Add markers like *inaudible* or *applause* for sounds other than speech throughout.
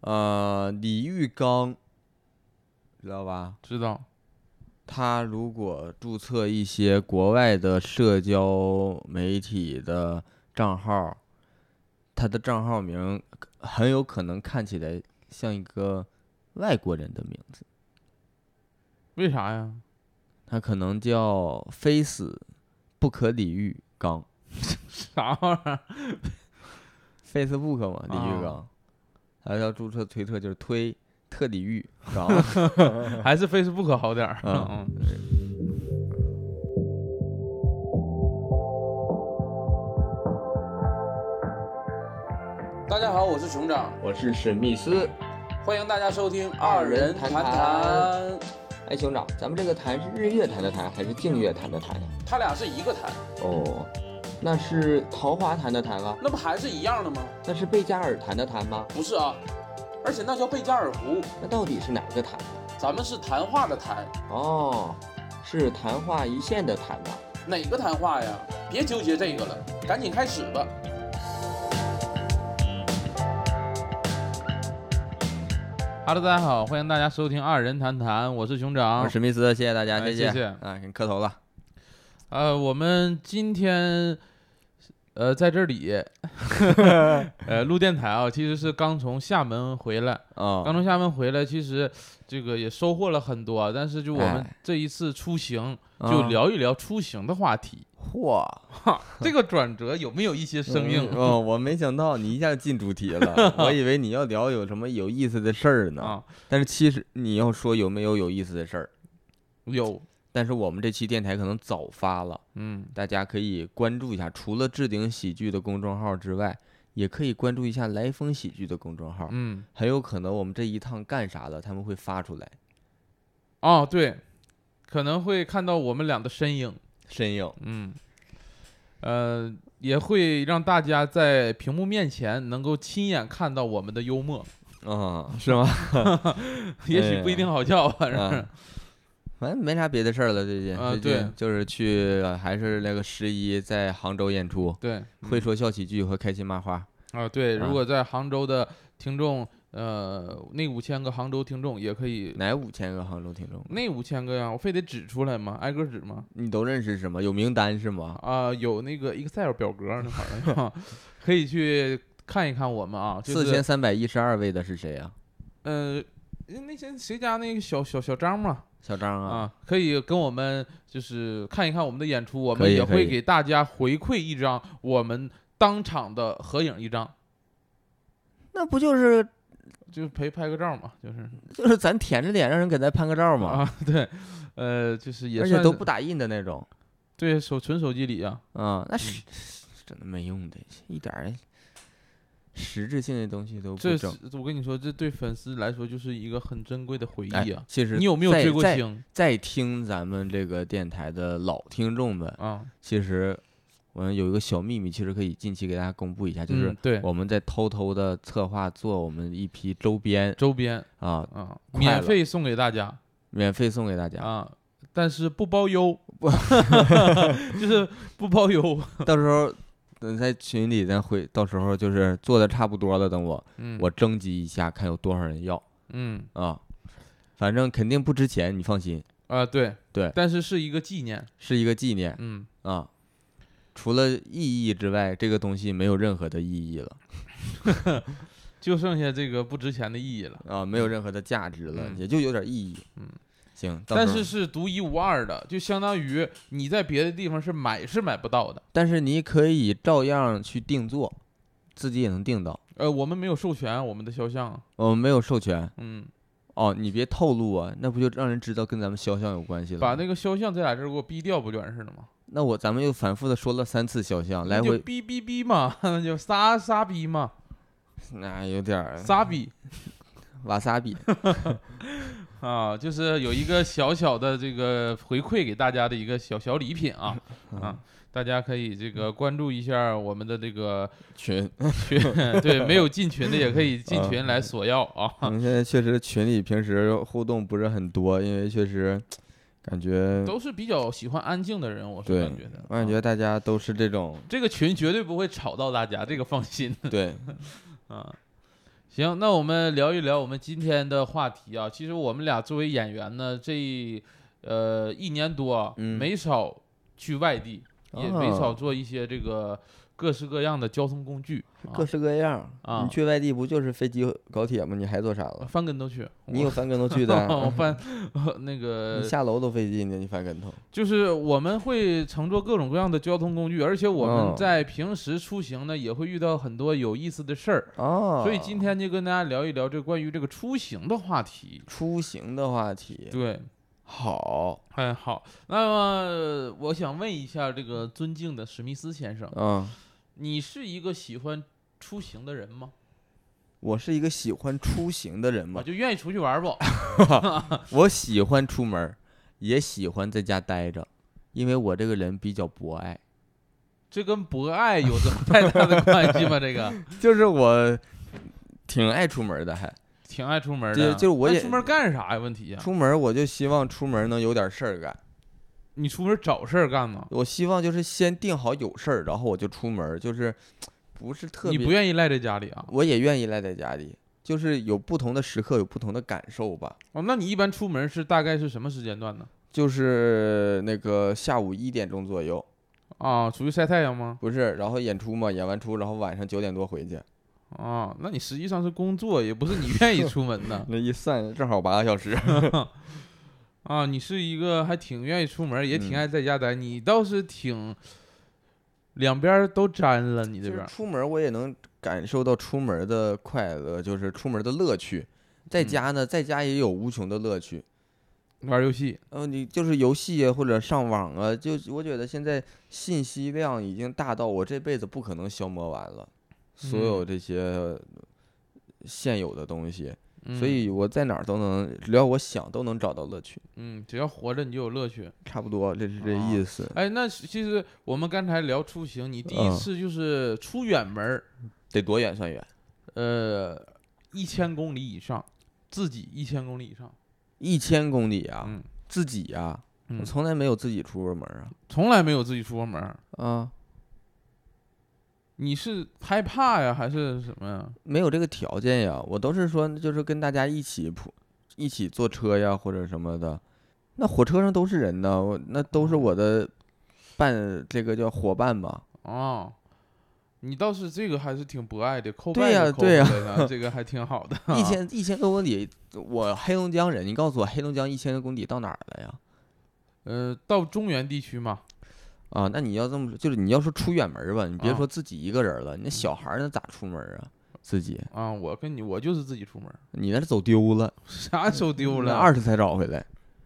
呃，李玉刚，知道吧？知道，他如果注册一些国外的社交媒体的账号，他的账号名很有可能看起来像一个外国人的名字，为啥呀？他可能叫“非死不可理喻刚啥玩意儿？” ，Facebook 嘛，李玉啊刚，他要注册推特就是推特李玉 *laughs* 刚。还是 Facebook 好点儿。嗯嗯，大家好，我是熊掌，我是史密斯，欢迎大家收听《二人谈谈谈》，哎，兄长，咱们这个谈是日月谈的谈，还是净月谈的谈呀？他俩是一个谈，哦，那是桃花谈的谈啊？那不还是一样的吗？那是贝加尔谈的谈吗？不是啊，而且那叫贝加尔湖，那到底是哪个谈？咱们是谈话的谈，哦，是昙花一现的谈吧？哪个谈话呀？别纠结这个了，赶紧开始吧。哈喽，大家好，欢迎大家收听二人谈谈，我是熊我掌是。史密斯，谢谢大家，哎谢谢谢啊，给你磕头了。呃，我们今天呃在这里 *laughs* 呃录电台啊，其实是刚从厦门回来，啊，刚从厦门回来，其实这个也收获了很多，啊但是就我们哎这一次出行，就啊聊一聊出行的话题。嚯，哈，这个转折有没有一些啊生硬？嗯 *laughs* 哦，我没想到你一下进主题 *laughs* 了，我以为你要聊有什么有意思的事儿呢。啊，但是其实你要说有没有有意思的事儿，有，但是我们这期电台可能早发了，嗯，大家可以关注一下。除了置顶喜剧的公众号之外，也可以关注一下来风喜剧的公众号。嗯，很有可能我们这一趟干啥了，他们会发出来哦，对，可能会看到我们俩的身影，身影。嗯，呃，也会让大家在屏幕面前能够亲眼看到我们的幽默， *laughs* 嗯，是吗？也许不一定好笑吧，反正啊反正没啥别的事儿了，最近、啊最近对就是去呃还是那个十一在杭州演出， *laughs* 对，嗯会说笑喜剧和开心麻花。啊，对，啊如果在杭州的听众，呃，那五千个杭州听众也可以，哪五千个杭州听众？那五千个呀，我非得指出来吗？挨个指吗？你都认识是吗？有名单是吗？啊、有那个 Excel 表格那块儿的， *laughs* 可以去看一看我们啊，就四是千三百一十二位的是谁啊？呃，那些谁家那个小小小张嘛，小张啊，啊，可以跟我们就是看一看我们的演出，我可们以也可会以给大家回馈一张我们当场的合影一张，那不就是就是陪拍个照嘛，就是就是咱舔着脸让人给咱拍个照吗？啊，对，呃，就是也而且算都是不打印的那种对手纯手机里啊，啊，那是真的没用的，一点儿实质性的东西都不这整。是我跟你说，这对粉丝来说就是一个很珍贵的回哎忆啊。，其实你有没有在追过在星在听咱们这个电台的老听众们，啊？其实我们有一个小秘密，其实可以近期给大家公布一下，就是嗯对我们在偷偷的策划做我们一批周边周边啊，啊，快免了费送给大家免费送给大家。啊，但是不包邮， *laughs* 就是不包邮。到时候等在群里咱回，到时候就是做的差不多了，等我嗯，我征集一下，看有多少人要嗯啊。反正肯定不值钱，你放心，啊对对但是是一个纪念。是一个纪念嗯，啊。除了意义之外，这个东西没有任何的意义了。就剩下这个不值钱的意义了，啊，没有任何的价值了，嗯也就有点意义。嗯，行。到但时候是是独一无二的，就相当于你在别的地方是买是买不到的。但是你可以照样去定做，自己也能定到。呃，我们没有授权我们的肖像，我们没有授权嗯，哦，你别透露啊，那不就让人知道跟咱们肖像有关系了吗？把那个肖像这俩字儿给我逼掉不就完事儿了吗？那我咱们又反复的说了三次肖像，那来就回逼逼逼嘛， *laughs* 那就撒撒逼嘛，那哎有点儿撒逼瓦萨 *laughs* 比。啊，就是有一个小小的这个回馈给大家的一个小小礼品 *laughs* 啊嗯啊，大家可以这个关注一下我们的这个群，群，对，没有进群的也可嗯以进群来索要我啊，们现在确实群里平时互动不是很多，因为确实感觉，都是比较喜欢安静的人，我是对感觉的，我感啊觉大家都 *laughs* 是这种这个群绝对不会吵到大家，这个放心对啊。 *laughs* 行，那我们聊一聊我们今天的话题啊。其实我们俩作为演员呢，这呃一年多啊、嗯没少去外地，也没哦少做一些这个各式各样的交通工具，啊各式各样儿。啊你去外地不就是飞机、高铁吗？你还做啥 *laughs* 了？呃翻跟头去。你我有翻跟头去 *laughs* *laughs* 我的？啊翻那个你下楼都费劲呢，你翻跟头。就是我们会乘坐各种各样的交通工具，而且我嗯们在平时出行呢，也会遇到很多有意思的事儿。哦，呃所以今天就跟大家聊一聊这关于这个出行的话题。出行的话题，对，好，哎，好，那么我想问一下这个尊敬的史密斯先生，嗯，你是一个喜欢出行的人吗？我是一个喜欢出行的人我嘛，就愿意出去玩儿不？我喜欢出门儿，也喜欢在家待着，因为我这个人比较博 *laughs* 爱，这跟博爱有什么太大的关系吗？这个就是我挺爱出门儿的还， *laughs* 挺爱出门儿对的，啊就是我那也出门儿干啥呀？问题呀、啊出门儿我就希望出门儿能有点事儿干，你出门儿找事儿干吗？我希望就是先定好有事儿，然后我就出门儿，就是不是特你别，不愿意赖在家里啊？我也愿意赖在家里，就是有不同的时刻有不同的感受吧。哦，那你一般出门是大概是什么时间段呢？就是那个下午一点钟左右，啊，出去晒太阳吗？不是，然后演出嘛，演完出，然后晚上九点多回去，啊，那你实际上是工作，也不是你愿意出门 *laughs* 的那一算正好八个小时。啊。你是一个还挺愿意出门，也挺嗯爱在家待，你倒是挺两边儿都沾了，你这就边是儿出门我也能感受到出门的快乐，就是出门的乐趣。在嗯家呢，在家也有无穷的乐趣。玩儿游戏，嗯、你就是游戏啊，或者上网啊，就我觉得现在信息量已经大到我这辈子不可能消磨完了，所嗯有这些现有的东西，嗯、所以我在哪儿都能，只要我想都能找到乐趣。嗯，只要活着你就有乐趣。差不多，这是这啊意思，哎，那是其实我们刚才聊出行，你第一嗯次就是出远门儿，得多远算远？呃，一千公里以上，自己一千公里以上，一千公里啊，嗯，自己呀、啊，我嗯从来没有自己出过门啊。从来没有自己出过门儿。啊，你是害怕呀，还是什么呀？没有这个条件呀，我都是说就是跟大家一起普一起坐车呀或者什么的。那火车上都是人呢，我那都是我的伴，这个叫伙伴 *laughs* 嘛。哦，你倒是这个还是挺博爱的，扣对呀呀、对呀呀、这个还挺好的。一千一千多公里，我黑龙江人，你告诉我黑龙江一千多公里到哪儿了呀？呃，到中原地区嘛，啊，那你要这么说，就是你要说出远门儿吧，你别啊说自己一个人儿了，你那小孩儿那咋出门儿啊？自己，啊，我跟你我就是自己出门儿， *laughs* 你那是走丢了，啥时候丢了？二十才找回来。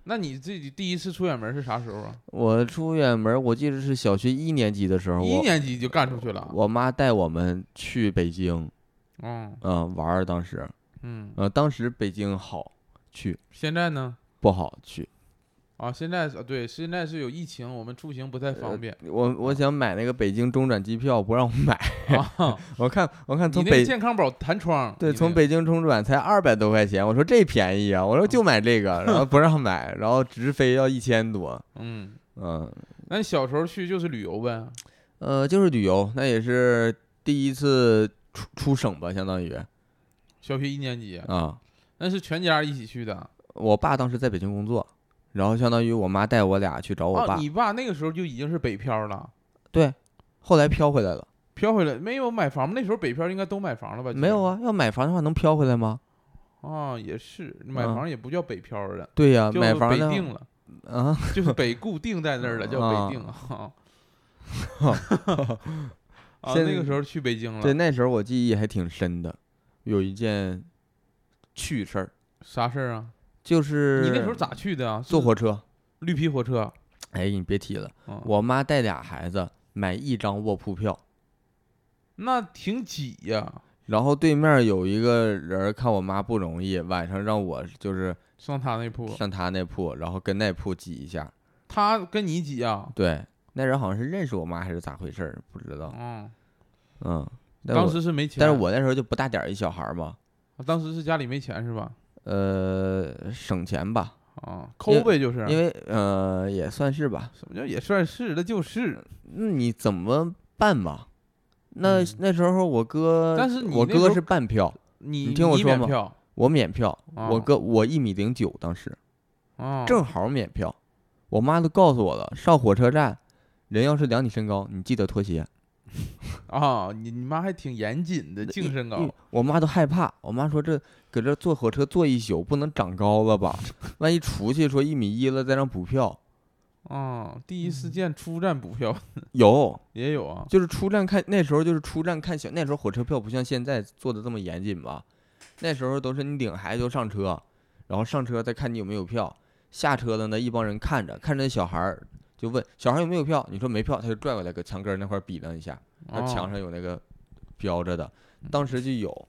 那你自己第一次出远门是啥时候啊？我出远门儿，我记得是小学一年级的时候，一我年级就干出去了。啊我妈带我们去北京，嗯嗯、玩儿。当时，嗯，呃，当时北京好去，现在呢？不好去。啊，现在是啊，对，现在是有疫情，我们出行不太方便我我想买那个北京中转机票，不让我买。 *laughs* 啊。我看我看你呃从那个北健康宝弹窗，对，你从那个北京中转才二百多块钱，我说这便宜啊，我说就买这 *laughs* 个，然后不让买，然后直飞要一千多，嗯，嗯，那你小时候去就是旅游呗。呃，就是旅游，那也是第一次出出省吧，相当于小学一年级，啊、那是全家一起去的。我爸当时在北京工作，然后相当于我妈带我俩去找我爸，哦，你爸那个时候就已经是北漂了，对，后来飘回来了，漂回来没有买房吗？那时候北漂应该都买房了吧？没有啊，要买房的话能飘回来吗？啊，也是买房也不叫北漂了，对呀、就嗯啊买房北的定了，啊，就是北固定在那儿 *laughs* 了，叫北定啊。啊，现在那个时候去北京对，了，那时候我记忆还挺深的，有一件趣事儿，啥事儿啊？就是你那时候咋去的啊？坐是火车？绿皮火车。哎，你别提了。嗯我妈带俩孩子买一张卧铺票，那挺挤呀，然后对面有一个人儿看我妈不容易，晚上让我就是上他那铺，上他那铺，然后跟那铺挤一下。他跟你挤啊？对，那人好像是认识我妈还是咋回事儿，不知道。嗯，嗯，但当我时是没钱，但是我那时候就不大点儿一小孩儿嘛，啊当时是家里没钱是吧？呃，省钱吧，因啊，抠呗，就是。因为呃也算是吧。什么叫也算是？那就是。那你怎么办嘛？那嗯那时候我哥，但是你我那时候哥是半票，你你听我说免嘛票我免票，哦我哥我一米零九，当时啊，正好免票，我妈都告诉我了，上火车站，人要是量你身高，你记得脱鞋。啊，你你妈还挺严谨的，净身高嗯，我妈都害怕，我妈说这搁这坐火车坐一宿，不能长高了 *laughs* 吧？万一出去说一米一了再让补票，啊，第一嗯事件出站补票有也有啊，就是出站看，那时候就是出站看小，那时候火车票不像现在做的这么严谨吧？那时候都是你领孩子就上车，然后上车再看你有没有票，下车的呢一帮人看着看着那小孩儿就问小孩儿有没有票，你说没票，他就拽过来搁墙根儿那块儿比量一下，那哦墙上有那个标着的，当时就有，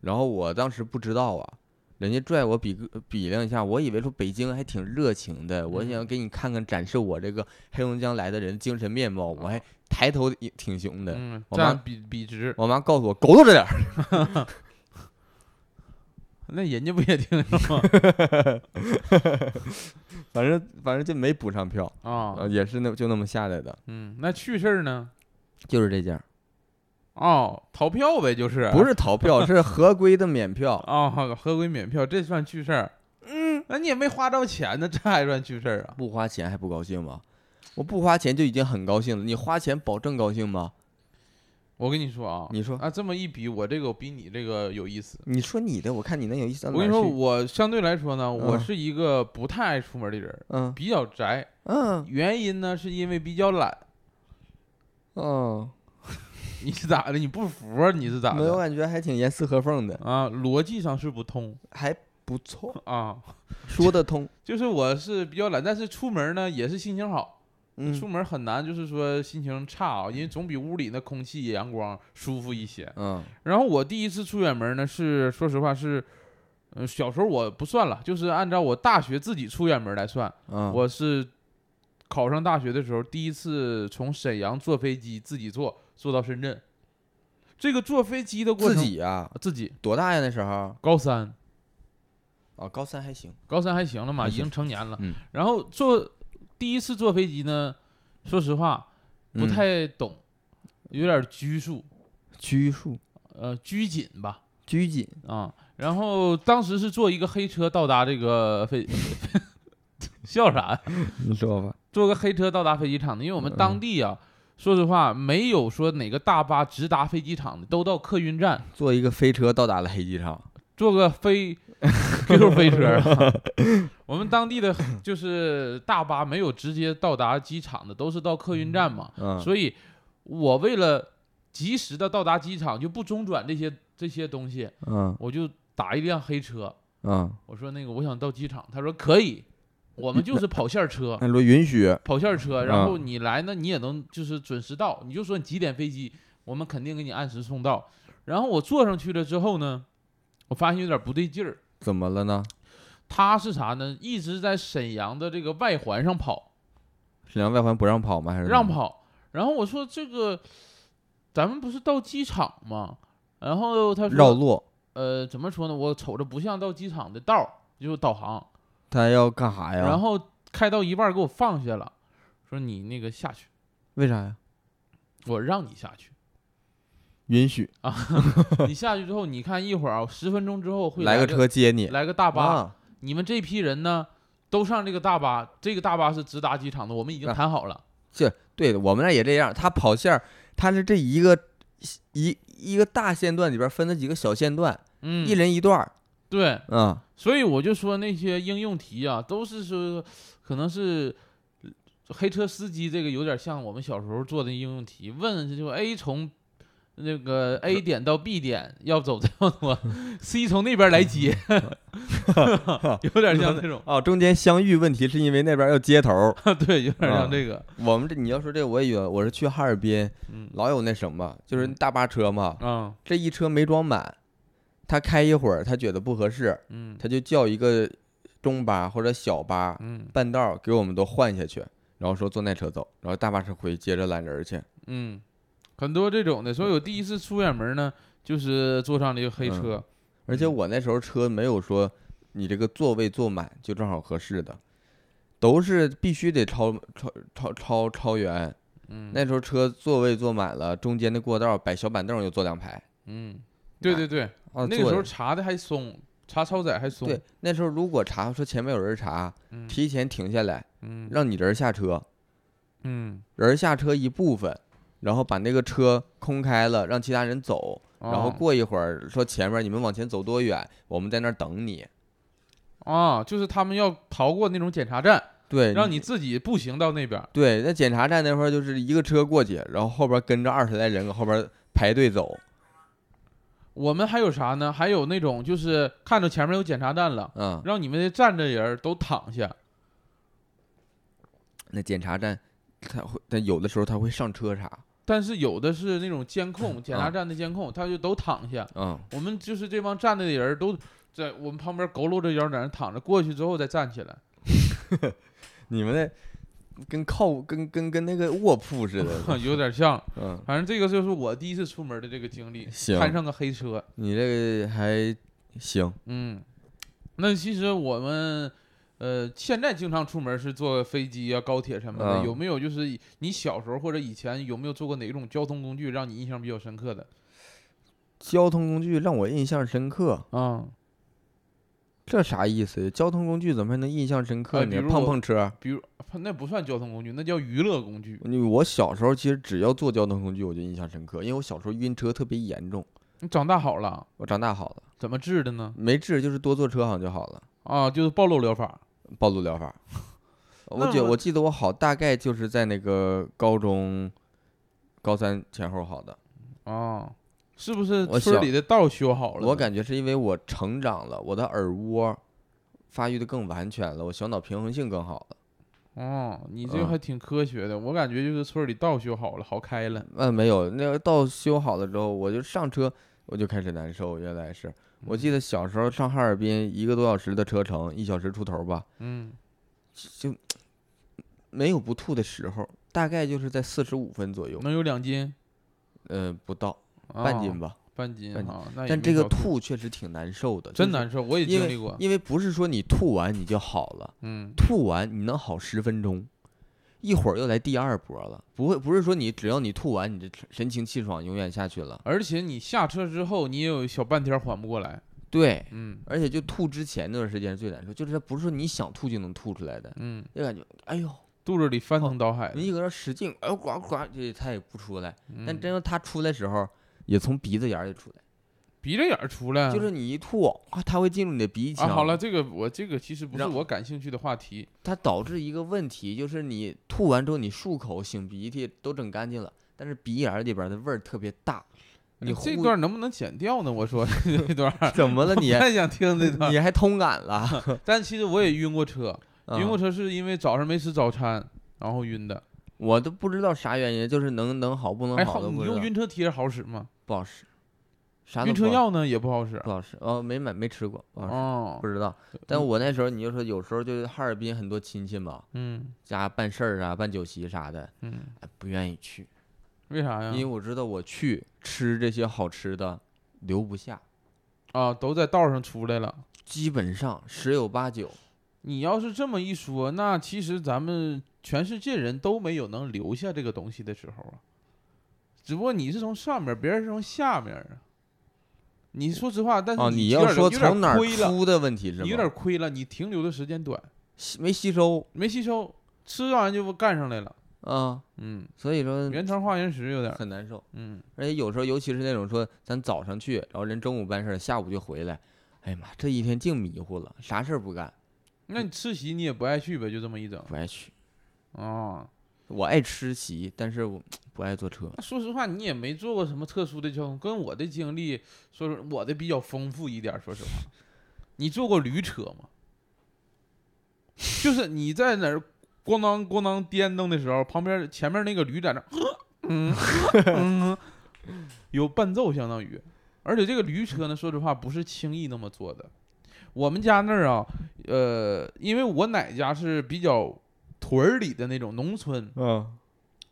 然后我当时不知道啊。人家拽我比个比量一下，我以为说北京还挺热情的，我想给你看看展示我这个黑龙江来的人精神面貌，我还抬头也挺凶的。嗯，我妈站笔笔直，我妈告诉我，狗都这点儿。那人家不也听着吗？反正反正就没补上票， *laughs* 啊，呃也是那就那么下来的，嗯，那趣事儿呢？就是这啊家，哦，逃票呗，就是不是逃票， *laughs* 是合规的免票。啊，合规免票，这算趣事儿。嗯，那你也没花着钱呢，这还算趣事儿啊？不花钱还不高兴吗？我不花钱就已经很高兴了，你花钱保证高兴吗？我跟你说啊，你说啊，这么一比，我这个比你这个有意思。你说你的，我看你能有意思到我哪跟儿你去。说，我相对来说呢，我嗯是一个不太爱出门的人，嗯比较宅。嗯原因呢，是因为比较懒。哦，你是咋的？你不服啊？你是咋没有的？感觉还挺严丝合缝的，啊，逻辑上是不通还不 *laughs* 错，啊。说得通。就是我是比较懒，但是出门呢也是心情好。嗯出门很难，就是说心情差啊，因为总比屋里那空气、阳光舒服一些。嗯然后我第一次出远门呢，是说实话是，嗯、小时候我不算了，就是按照我大学自己出远门来算，嗯，我是考上大学的时候第一次从沈阳坐飞机自己坐坐到深圳。这个坐飞机的过自程，己啊，自己多大呀那时候？高三，啊，高三还行。高三还行了嘛，还已经行成年了。嗯然后坐第一次坐飞机呢，说实话不嗯太懂，有点拘束，拘束、呃，拘谨吧，拘谨。啊。然后当时是坐一个黑车到达这个飞， *laughs* 笑啥呀？ *laughs* 你说吧。坐个黑车到达飞机场的，因为我们当嗯地啊，说实话没有说哪个大巴直达飞机场的，都到客运站。坐一个飞车到达了黑机场。坐个飞 *laughs* QQ 飞车啊。 *laughs* 我们当地的就是大巴没有直接到达机场的，都是到客运站嘛。嗯，所以，我为了及时的到达机场，就不中转这些这些东西，嗯我就打一辆黑车。嗯，我说那个我想到机场，他说可以，我们就是跑线儿车，那罗允许。跑线儿车，然嗯后你来呢，你也能就是准时到，你就说你几点飞机，我们肯定给你按时送到。然后我坐上去了之后呢，我发现有点不对劲儿，怎么了呢？他是啥呢？一直在沈阳的这个外环上跑，沈阳外环不让跑吗？还是让？跑。然后我说这个，咱们不是到机场吗？然后他绕说，路，呃，怎么说呢？我瞅着不像到机场的道儿，就是导航。他要干啥呀？然后开到一半儿给我放下了，说你那个下去，为啥呀？我让你下 *laughs* 去。允许你下去之后，你看一会儿啊，十分钟之后会来个个，车接你。来个大巴。啊，你们这批人呢，都上这个大巴，这个大巴是直达机场的，我们已经啊谈好了。这对的，我们那儿也这样。他跑线儿，他是这一个一一个大线段里边分了几个小线段，嗯，一人一段儿。对，嗯，所以我就说那些应用题啊，都是说可能是呃黑车司机这个有点像我们小时候做的应用题，问就 A 从那个 A 点到 B 点要走多少多，C 从那边来接，有点像这种 *laughs* 哦，中间相遇问题是因为那边要接头儿。对，有点像这个， *laughs* 我们这你要说这我也有，我是去哈尔滨，嗯老有那什么，就是嗯大巴车嘛，啊这一车没装满，他开一会儿，他觉得不合适，嗯他就叫一个中巴或者小巴，嗯半道儿给我们都换下去，然后说坐那车走，然后大巴车回接着拦人儿去。嗯，很多这种的，所以我第一次出远门呢，就是坐上这个嗯黑车，而嗯且我那时候车没有说你这个座位坐满就正好合适的，都是必须得超超超超超员。嗯那时候车座位坐满了，中间的过道摆小板凳儿又坐两排，嗯，对对对，啊，那个做时的候查的还松，查超载还松。对，那时候如果查说前面有人查，嗯提前停下来，嗯让你人下车，嗯，人下车一部分，然后把那个车空开了，让其他人走，然后哦过一会儿说前面你们往前走多远，我们在那儿等你。啊，就是他们要逃过那种检查站，对，让你自己步行到那边儿。对，那检查站那块儿就是一个车过去，然后后边跟着二十来人搁后边排队走。我们还有啥呢？还有那种就是看着前面有检查站了，嗯，让你们这站着人儿都躺下。那检查站，他会，但有的时候他会上车查。但是有的是那种监控，检查啊站的监控，他就都躺下。嗯，我们就是这帮站着的人儿都在我们旁边佝偻着腰在那躺着，过去之后再站起来。 *laughs* 你们那跟靠跟跟跟那个卧铺似的。 *laughs* 有点像，嗯，反正这个就是我第一次出门的这个经历，行看上个黑车，你这个还行。嗯，那其实我们呃现在经常出门是坐飞机啊、高铁什么的，嗯有没有就是以你小时候或者以前有没有坐过哪种交通工具让你印象比较深刻的？交通工具让我印象深刻，啊、这啥意思？交通工具怎么还能印象深刻哎呢？比如碰我碰车。比如那不算交通工具，那叫娱乐工具。你我小时候其实只要坐交通工具我就印象深刻，因为我小时候晕车特别严重。你长大好了，我长大好了，怎么治的呢？没治就是多坐车好像就好了。啊，就是暴露疗法。暴露疗 *laughs* 法。我那记么我记得我好大概就是在那个高中高三前后好的，啊，是不是我村小里的道修好了呢？我感觉是因为我成长了，我的耳蜗发育的更完全了，我小脑平衡性更好了。哦，你这嗯还挺科学的。我感觉就是村里道修好了，好开了。嗯，没有，那个道修好了之后，我就上车我就开始难受，原来是我记得小时候上哈尔滨一个多小时的车程，一小时出头吧，嗯，就没有不吐的时候，大概就是在四十五分左右，能有两斤，呃，不到啊半斤吧。半斤半斤啊。那也但没这个少吐吐确实挺难受的，真就是难受，啊我也因经为历过。因为不是说你吐完你就好了，嗯，吐完你能好十分钟，一会儿又来第二波了。不会，不是说你只要你吐完，你这神清气爽永远下去了。而且你下车之后，你也有小半天缓不过来。对，嗯而且就吐之前那段时间是最难受，就是它不是说你想吐就能吐出来的，嗯，就感觉哎呦，肚子里翻腾倒海的。哦你一搁那使劲，哎呦呱呱，这它也不出来。但嗯真要它出来时候，也从鼻子眼儿里出来，鼻着眼儿出来，就是你一吐，啊它会进入你的鼻腔。嗯啊。好了，，这个我这个其实不是让我感兴趣的话题。它导致一个问题，就是你吐完之后，你漱口、擤鼻涕都整干净了，但是鼻眼儿里边儿的味儿特别大。你哎呃这呼段能不能剪掉呢？*laughs* 我说这段儿，怎么了你？太想听这段儿。你还通感了？但其实我也晕过车，嗯晕过车是因为早上没吃早餐，然后晕的。我都不知道啥原因，就是能能好不能哎，好好，都你不知道用晕车贴好使吗？不好使，啥都晕不车好药呢也不好使。不好使哦，没买没吃过，不好使哦不，知道。但我那时候你就说，有时候就是哈尔滨很多亲戚嘛，嗯家办事儿啊、办酒席啥的，嗯，哎不愿意去，为啥因为呀？我知道我去吃这些好吃的留不下，啊，都在道上出来了。基本上十有八九。你要是这么一说，那其实咱们全世界人都没有能留下这个东西的时候啊。只不过你是从上面，别人是从下面啊。你说实话，但哦，是你有要点说有点从哪儿亏了，出的问题是吗？你有点亏了，你停留的时间短，吸没吸收没吸收，吃完就干上来了。啊，嗯，所以说原汤化原食有点儿。很难受。嗯，而且有时候，尤其是那种说咱早上去，然后人中午办事儿，下午就回来，哎呀妈，这一天净迷糊了，啥事儿不干，那你吃席你也不爱去呗，就这么一整不爱去。啊。我爱吃席，但是我不爱坐车。那说实话，你也没做过什么特殊的交通，跟我的经历，说实我的比较丰富一点儿。说实话，你坐过驴车吗？就是你在哪儿咣当咣当颠蹬的时候，旁边前面那个驴在那儿，嗯嗯，有伴奏相当于，而且这个驴车呢，说实话不是轻易那么做的。我们家那儿啊，呃，因为我奶家是比较屯儿里的那种农村，嗯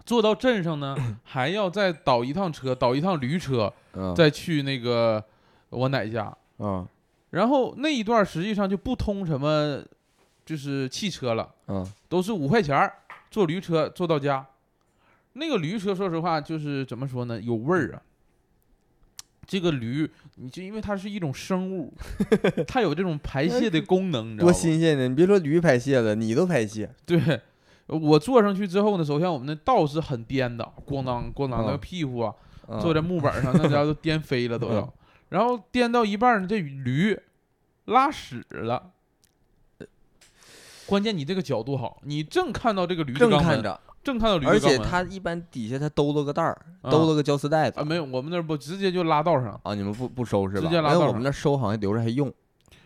坐到镇上 *clears throat* 呢，还要再倒一趟车，倒一趟驴车，嗯再去那个我奶家。嗯然后那一段实际上就不通什么，就是汽车了，嗯都是五块钱儿坐驴车坐到家。那个驴车说实话就是怎么说呢，有味儿啊，这个驴，你就因为它是一种生 *laughs* 物，它有这种排泄的功能，你知道多吧？新鲜呢！你别说驴排泄了，你都排泄，对，我坐上去之后呢，首先我们的道是很颠的，咣当咣当，那个嗯屁股啊，嗯坐在木 *laughs* 板上，那家伙都颠飞了都要。然后颠到一半儿，这驴拉屎了。关键你这个角度好，你正看到这个驴的正肛看门，着，正看到驴的而肛门，且它一般底下它兜了个袋儿，啊兜了个胶丝袋子啊没有，我们那儿不直接就拉道上，啊，你们不不收是吧？直接因拉为倒我上们那收好像留着还用，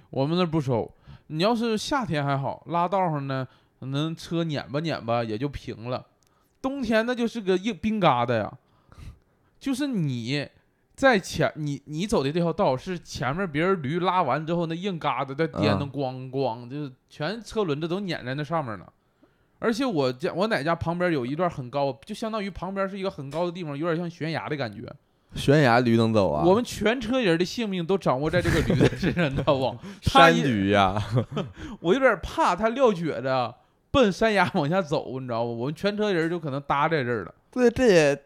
我们那儿不收。你要是夏天还好，拉道上呢，可能车碾吧碾吧也就平了。冬天那就是个硬冰疙瘩呀，就是你在前你你走的这条道是前面别人驴拉完之后那硬疙瘩在颠的嗯咣咣，就是全车轮子都碾在那上面了。而且我家我奶家旁边有一段很高，就相当于旁边是一个很高的地方，有点像悬崖的感觉。悬崖驴能走啊？我们全车人的性命都掌握在这个驴的身上，你知道不？他 *laughs* 山一驴呀、 *laughs* 我有点怕他撂蹶子奔山崖往下走，你知道吗？我们全车人就可能搭在这儿了，对，这也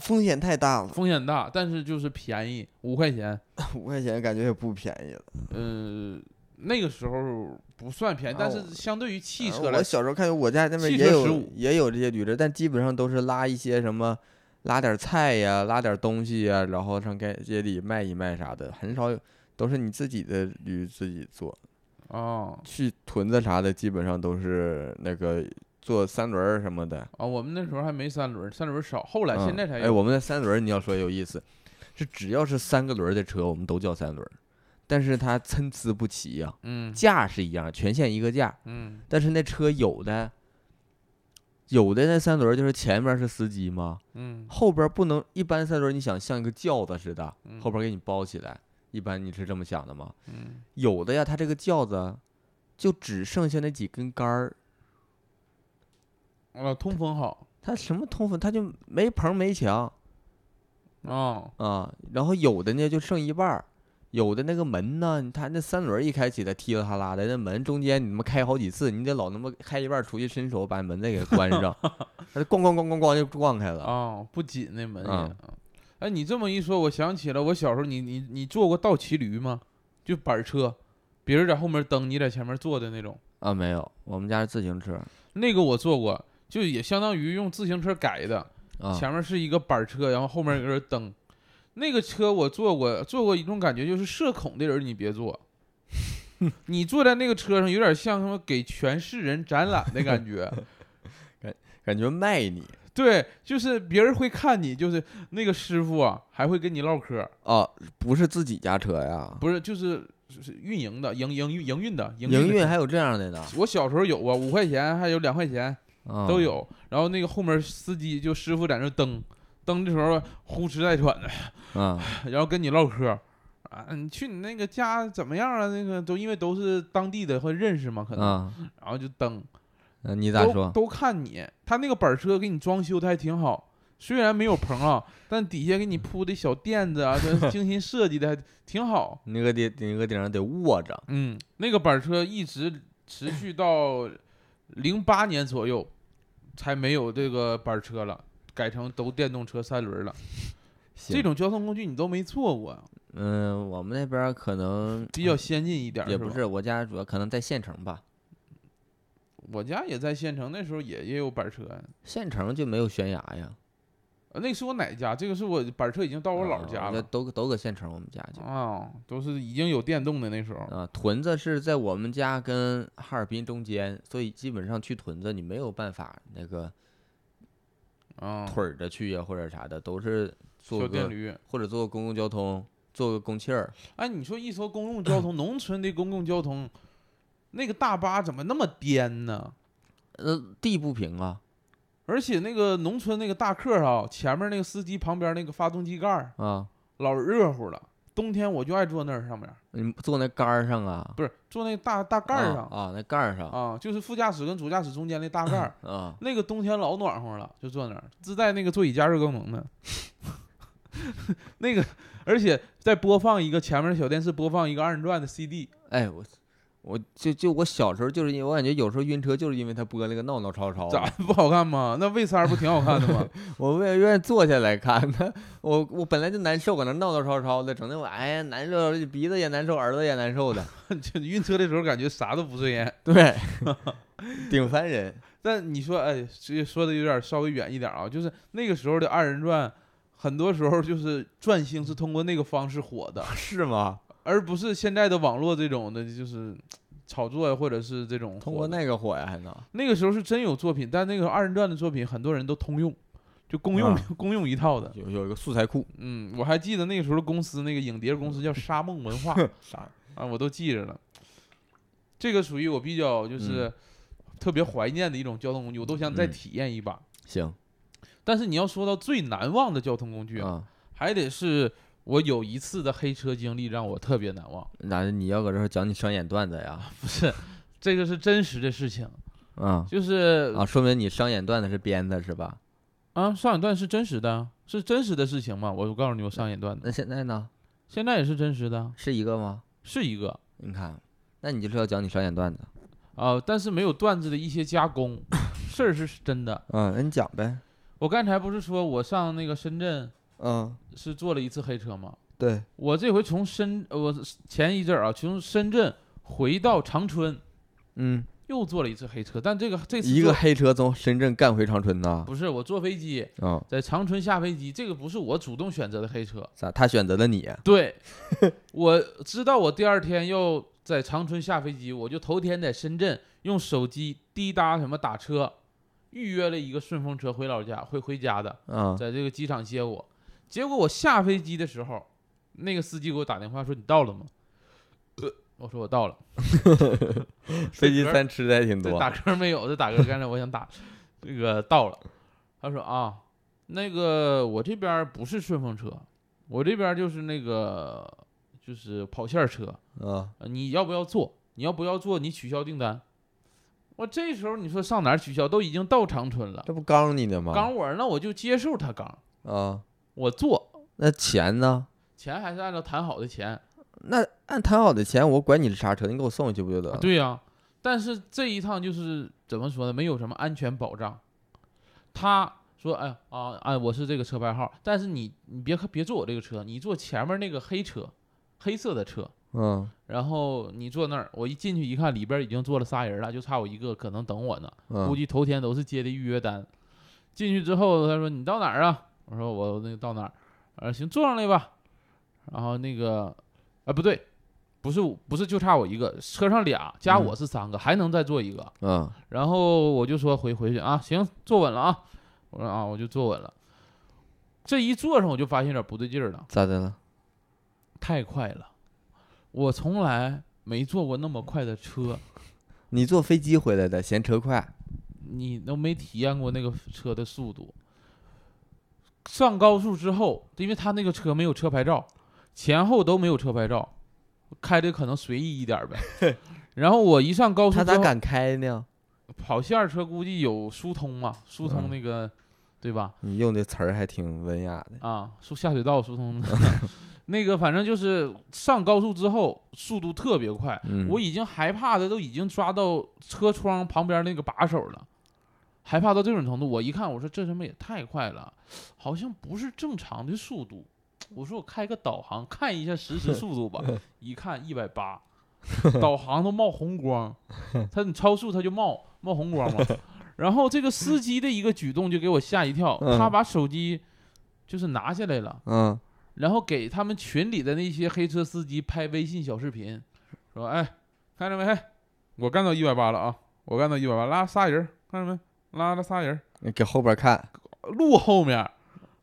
风险太大了，风险大，但是就是便宜，五块钱，五块钱感觉也不便宜了。嗯、那个时候不算便宜，但是相对于汽车啊来哦我，小时候看我家那边汽也车有15也有这些驴车，但基本上都是拉一些什么，拉点菜呀，拉点东西呀，然后上街街里卖一卖啥的，很少有，都是你自己的驴自己做。啊去屯子啥的，基本上都是那个坐三轮儿什么的。啊，我们那时候还没三轮，三轮少，后来嗯现在才哎，有。我们的三轮儿你要说有意思，是只要是三个轮儿的车，我们都叫三轮儿，但是它参差不齐呀、嗯架是一样，全线一个架，嗯但是那车有的，有的那三轮儿就是前面是司机嘛，嗯后边儿不能一般三轮儿你想像一个轿子似的，嗯，后边儿给你包起来，一般你是这么想的吗？嗯有的呀，它这个轿子就只剩下那几根杆儿，啊，通风好它什么通风，它就没棚没墙啊，啊。然后有的呢就剩一半儿，有的那个门呢，它那三轮儿一开起来踢了哈拉的，那门中间你他妈开好几次，你得老他妈开一半儿出去伸手把门再给关 *laughs* 上，它就咣咣咣咣咣就撞开了。啊，不紧那门也。嗯哎，你这么一说，我想起了我小时候你，你你坐过倒骑驴吗？就板儿车，别人在后面蹬，你在前面坐的那种。啊，没有，我们家是自行车那个我坐过，就也相当于用自行车改的，啊，前面是一个板儿车，然后后面有个人蹬。那个车我坐过，坐过一种感觉就是社恐的人你 *laughs* 别坐，你坐在那个车上有点像什么给全市人展览的 *laughs* 感觉。感觉卖你对，就是别人会看你，就是那个师傅啊，还会跟你唠嗑。啊，不是自己家车呀，不是，就是是运营的，营营运营运的，营营运运的。还有这样的呢，我小时候有啊，五块钱还有两块钱啊都。有。然后那个后面司机就师傅在那蹬，蹬的时候呼哧带喘的， *laughs* 啊，然后跟你唠嗑。啊，你去你那个家怎么样啊？那个都因为都是当地的会认识嘛，可能，啊，然后就蹬，那你咋都说？都看你。他那个板儿车给你装修的还挺好，虽然没有棚啊，但底下给你铺的小垫子啊，都精心设计的还挺好。你搁顶，你搁顶上得卧着，嗯，那个板儿车一直持续到零八年左右，才没有这个板儿车了，改成都电动车三轮儿了。这行种交通工具你都没坐过啊，嗯，我们那边儿可能比较先进一点儿，也不吧是，我家主要可能在县城吧，我家也在县城，那时候也也有板儿车呀、县城就没有悬崖呀。呃那是我奶家，这个是我板儿车已经到我姥啊儿家我这了都都搁县城，我们家就啊、都是已经有电动的那时候。啊，屯子是在我们家跟哈尔滨中间，所以基本上去屯子你没有办法那个啊、腿儿着去呀或者啥的，都是坐小电个驴，或者坐个公共交通，坐个公汽儿，哎，你说一说公共交 *coughs* 通，农村的公共交通，那个大巴怎么那么颠呢？呃，地不平啊而且那个农村那个大客啊，前面那个司机旁边那个发动机盖儿啊，老热乎了。冬天我就爱坐那儿上面，你坐那杆儿上啊，不是坐那大大盖儿啊上啊，那盖儿上。啊就是副驾驶跟主驾驶中间那大盖儿啊，那个冬天老暖和了，就坐那儿，自带那个座椅加热功能的。 *laughs* 那个，而且再播放一个前面的小电视播放一个二人转的 CD，哎我。我就就我小时候就是因为我感觉有时候晕车就是因为他播那个闹闹吵吵，咋不好看吗？那魏三儿不挺好看的吗？ *laughs* 我为了愿意坐下来看他，我我本来就难受，搁那闹闹吵吵的，整的我哎呀难受，鼻子也难受，耳朵也难受 *laughs* 的，就晕车的时候感觉啥都不顺眼。 *laughs* 对，顶烦人。但你说，哎，这说的有点稍微远一点啊，就是那个时候的二人转，很多时候就是转星是通过那个方式火的，是吗？而不是现在的网络这种的，就是炒作呀或者是这种通过火的那个火呀，还能那个时候是真有作品，但那个二人转的作品很多人都通用，就公用、啊公用一套的。有有一个素材库，嗯，我还记得那个时候的公司那个影碟公司叫沙梦文化 *laughs* 啥？啊，我都记着了。这个属于我比较就是特别怀念的一种交通工具，我都想再嗯体验一把。行但是你要说到最难忘的交通工具，啊，还得是我有一次的黑车经历让我特别难忘。那你要搁这儿讲你商演段子 *laughs* 呀？不是，这个是真实的事情，啊就是啊，说明你商演段子是编的是吧？啊，上一段是真实的啊，是真实的事情嘛？我告诉你，我上一段的，那现在呢？现在也是真实的啊，是一个吗？是一个你看，那你就是要讲你商演段子。啊，但是没有段子的一些 *laughs* 加工，事儿是真的。嗯，那你讲呗。我刚才不是说我上那个深圳嗯，是坐了一次黑车吗？对，我这回从深，呃我前一阵儿啊，从深圳回到长春，嗯，又坐了一次黑车，但这个这次一个坐黑车从深圳干回长春呐。不是我坐飞机，嗯，在长春下飞机，这个不是我主动选择的黑车。咋？他选择了你？啊 *laughs* 对，我知道我第二天要在长春下飞机，我就头天在深圳用手机滴答什么打车，预约了一个顺风车回老家，回回家的，嗯在这个机场接我。结果我下飞机的时候，那个司机给我打电话说：“你到了吗？”呃我说我到了。 *laughs* 飞机餐吃的还挺这多。啊打嗝没有，这打嗝刚才我想打，这个到了。他说啊，那个我这边儿不是顺风车，我这边儿就是那个就是跑线儿车，嗯，呃你要不要坐？你要不要坐？你取消订单。我这时候你说上哪儿取消？都已经到长春了，这不刚你呢吗？刚我那我就接受他刚，啊，我坐，那钱呢？钱还是按照谈好的钱。那按谈好的钱，我管你是啥车，你给我送回去不就得了？啊对呀、但是这一趟就是怎么说呢，没有什么安全保障。他说：“哎啊啊，我是这个车牌号，但是你你别别坐我这个车，你坐前面那个黑车，黑色的车。嗯然后你坐那儿，我一进去一看，里边已经坐了仨人了，就差我一个，可能等我呢。估嗯计头天都是接的预约单。进去之后，他说你到哪儿啊？我说我那个到哪儿？呃，行，坐上来吧。然后那个，啊，不对，不是不是，就差我一个，车上俩加我是三个，还能再坐一个。嗯然后我就说回回去啊，行，坐稳了啊。我说啊，我就坐稳了。这一坐上我就发现有点不对劲儿了，咋的了？太快了，我从来没坐过那么快的车，你坐飞机回来的，嫌车快？你都没体验过那个车的速度。上高速之后，因为他那个车没有车牌照，前后都没有车牌照，开的可能随意一点儿呗。 *laughs* 然后我一上高速之他后，咋敢开呢？跑线儿车估计有疏通嘛，疏通嗯那个，对吧？你用的词儿还挺文雅的。啊，疏下水道疏通， *laughs* 那个反正就是上高速之后速度特别快，嗯，我已经害怕的都已经抓到车窗旁边那个把手了，害怕到这种程度。我一看，我说这他妈也太快了，好像不是正常的速度。我说我开个导航看一下实时 *laughs* 速度吧，一看一百八，导航都冒红光，他你超速他就冒冒红光嘛。然后这个司机的一个举动就给我吓一跳，他嗯把手机就是拿下来了。嗯然后给他们群里的那些黑车司机拍微信小视频，说：“哎，看着没？我干到一百八了啊！我干到一百八，拉仨人儿，看着没？拉了仨人儿，你给后边看，路后面儿，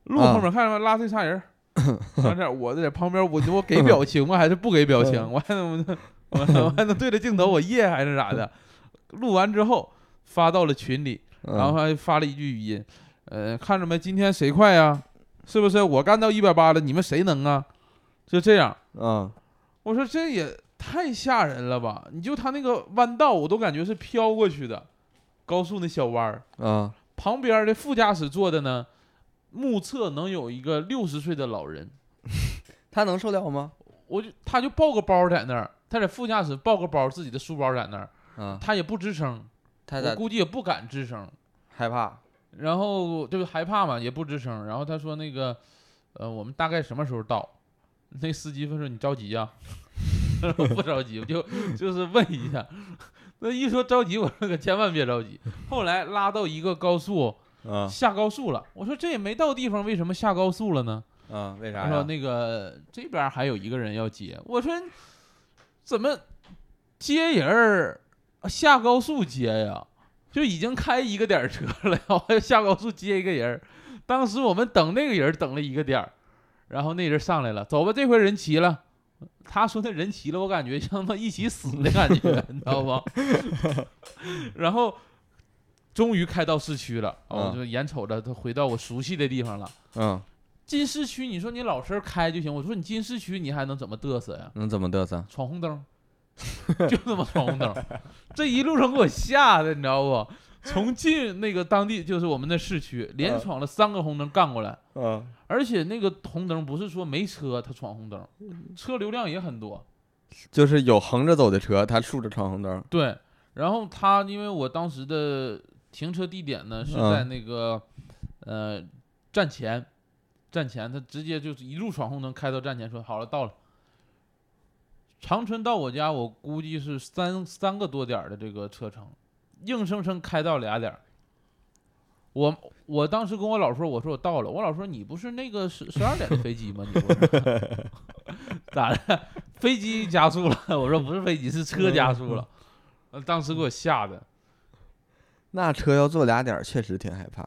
路后面儿，看着没？拉这仨人儿。完事儿我在旁边，我我给表情吗？还是不给表情？我还能我我还能对着镜头我耶还是咋的？录完之后发到了群里，嗯、然后还发了一句语音，呃，看着没，今天谁快呀？是不是我干到一百八了，你们谁能啊？就这样，嗯，我说这也太吓人了吧！你就他那个弯道，我都感觉是飘过去的，高速那小弯儿，嗯旁边的副驾驶坐的呢，目测能有一个六十岁的老人，他能受了吗？我就他就抱个包在那儿，他在副驾驶抱个包，自己的书包在那儿，嗯，他也不吱声，他我咋估计也不敢吱声，害怕？然后就是害怕嘛，也不吱声。然后他说那个，呃，我们大概什么时候到？那司机问说你着急呀、 *laughs* 我说不着急，我就就是问一下。 *laughs* 那一说着急，我说可千万别着急。后来拉到一个高速，嗯下高速了。我说这也没到地方，为什么下高速了呢？嗯，为他啥说呀？那个这边还有一个人要接。我说怎么接人儿下高速接呀？就已经开一个点儿车了，然后还要下高速接一个人儿。当时我们等那个人儿等了一个点儿，然后那人上来了，走吧，这回人齐了。他说那人齐了，我感觉像他妈一起死的感觉，你知道吗？ *laughs* 然后终于开到市区了，啊我嗯就眼瞅着他回到我熟悉的地方了。嗯，进市区，你说你老实开就行。我说你进市区，你还能怎么嘚瑟呀？能怎么嘚瑟？闯红灯， *laughs* 就他妈闯红灯，这一路上给我吓的，你知道不？从进那个当地就是我们的市区，连嗯闯了三个红灯干过来，嗯而且那个红灯不是说没车他闯红灯，车流量也很多，就是有横着走的车，他竖着闯红灯。对，然后他因为我当时的停车地点呢是在嗯那个、呃站前，站前他直接就是一路闯红灯开到站前说好了到了。长春到我家我估计是三三个多点儿的这个车程，硬生生开到俩点儿。我我当时跟我老说，我说我到了，我老说你不是那个十十二点的飞机吗？你不是 *laughs* 咋的？飞机加速了？我说不是飞机，是车加速了。呃，当时给嗯我吓的，那车要坐俩点儿，确实挺害怕，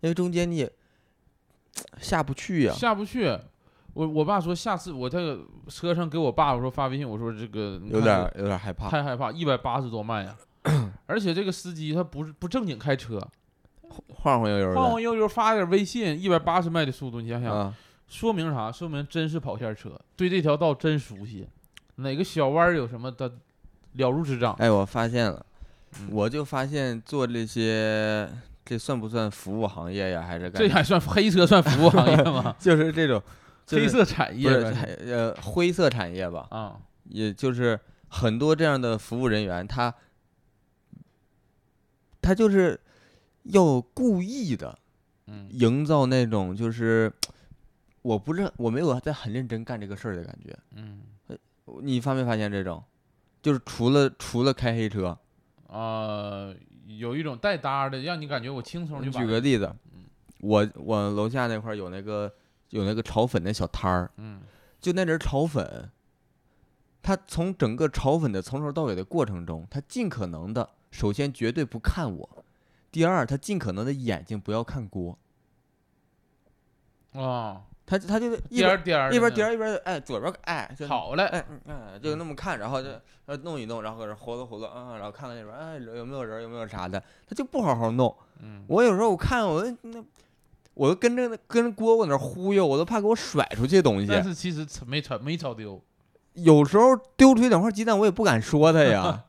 因为中间你也下不去呀。下不去。我我爸说，下次我在车上给我爸我说发微信，我说这个你有看点儿有点儿害怕，太害怕，一百八十多 *clears throat* 迈呀。而且这个司机他不是不正经开车，晃晃悠悠晃晃的。悠悠发点微信，一百八十迈的速度，你想想，啊，说明啥？说明真是跑线车，对这条道真熟悉，哪个小弯儿有什么的了如指掌。哎，我发现了，嗯我就发现做这些，这算不算服务行业呀？还是干这啥？还算黑车算服务行业吗就是这种、 *laughs* 就是、黑色产不业是呗产呃灰色产业吧？啊，也就是很多这样的服务人员，他他就是要故意的嗯营造那种就是我不是我没有在很认真干这个事儿的感觉。呃嗯你发没发现这种？就是除了除了开黑车，啊，有一种带搭的，让你感觉我轻松就把嗯嗯举个例子，我我楼下那块儿有那个有那个炒粉的小摊儿，嗯就那人炒粉，他从整个炒粉的从头到尾的过程中，他尽可能的，首先绝对不看我，第二他尽可能的眼睛不要看锅，啊，他他就一颠边儿颠儿一边的颠儿一边哎左边哎就好嘞，哎嗯哎就那么看，然后就呃弄一弄，然后搁这活动活动啊，然后看看那边哎有没有人有没有啥的，他就不好好弄。嗯，我有时候我看我那。我都跟着那跟着锅往那儿忽悠，我都怕给我甩出去东西。但是其实炒没炒没炒丢，有时候丢出去两块鸡蛋，我也不敢说他呀。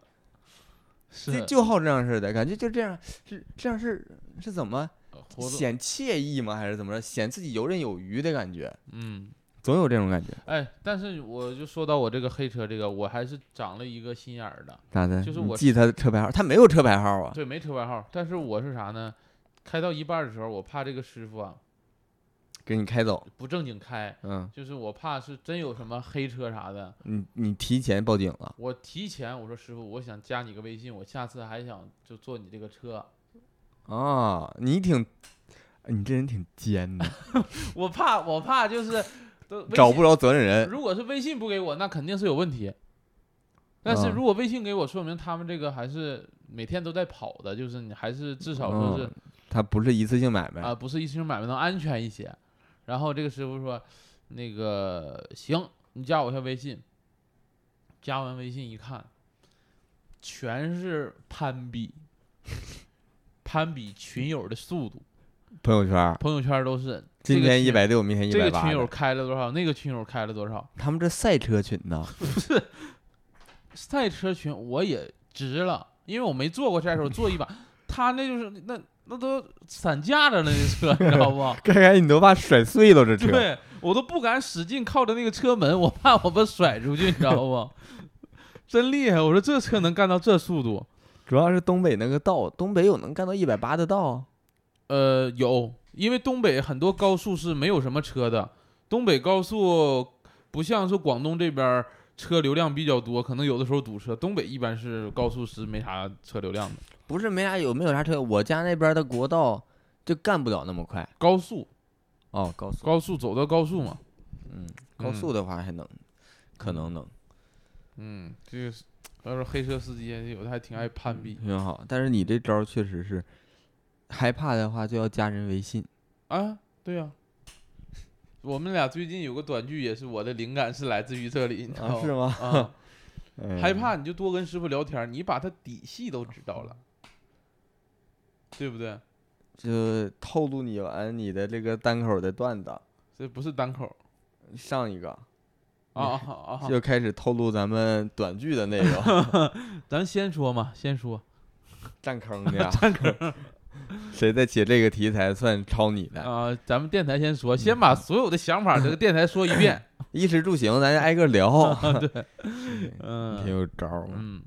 就是就好这样似的，感觉就这样是这样是是怎么呃活动，显惬意吗？还是怎么着？显自己游刃有余的感觉，嗯，总有这种感觉。哎，但是我就说到我这个黑车这个，我还是长了一个心眼儿的，咋的？就是你我记他的车牌号，他没有车牌号啊。对，没车牌号，但是我是啥呢？开到一半儿的时候，我怕这个师傅啊给你开走。不正经开，嗯，就是我怕是真有什么黑车啥的，你你提前报警了。我提前我说师傅，我想加你个微信，我下次还想就坐你这个车， *laughs* 啊，你挺，你这人挺尖的，我怕我怕就是都微找信不着责任人。如果是微信不给我，那肯定是有问题。但啊是如果微信给我，说明他们这个还是每天都在跑的，就是你还是至少说是嗯他不是一次性买啊、卖。不是一次性买卖能安全一些。然后这个师傅说，那个行，你加我一下微信。加完微信一看，全是攀比， *laughs* 攀比群友的速度，朋友圈儿，朋友圈都是这今个天群一百六，明天一这百个群八。友开了多少，那个群友开了多少。他们这赛车群呢？ *laughs* 赛车群我也值了，因为我没坐过赛车，我坐一把。他那就是那那都散架着了，那车你知道不？看来你都怕甩碎了这车。对我都不敢使劲靠着那个车门，我怕我被甩出去，你知道不？ *laughs* 真厉害！我说这车能干到这速度，主要是东北那个道，东北有能干到一百八的道，啊呃，有，因为东北很多高速是没有什么车的，东北高速不像是广东这边儿车流量比较多，可能有的时候堵车。东北一般是高速是没啥车流量的，不是没啥有没有啥车。我家那边的国道就干不了那么快。高速哦，高速，高速走到高速嘛，嗯，高速的话还能，可能能嗯，这个是要是黑车司机有的还挺爱攀比挺好。但是你这招儿确实是，害怕的话就要加人微信。嗯啊，对呀、我们俩最近有个短剧，也是我的灵感是来自于这里，你知道 *laughs* 啊是吗啊哎 *laughs* 害怕你就多跟师傅聊天儿，你把他底细都知道了，对不对？就透露你完你的这个单口的段子，这不是单口儿上一个啊啊啊！啊就开始透露咱们短剧的内 *laughs* 容，咱先说嘛，先说占坑 *laughs* 的呀，占坑。 *laughs* 谁再写这个题材算抄你的？啊、咱们电台先嗯说，先把所有的想法儿这个电台说一遍。衣食住行，咱挨个聊，啊 *laughs* 挺嗯有招儿嘛。嗯，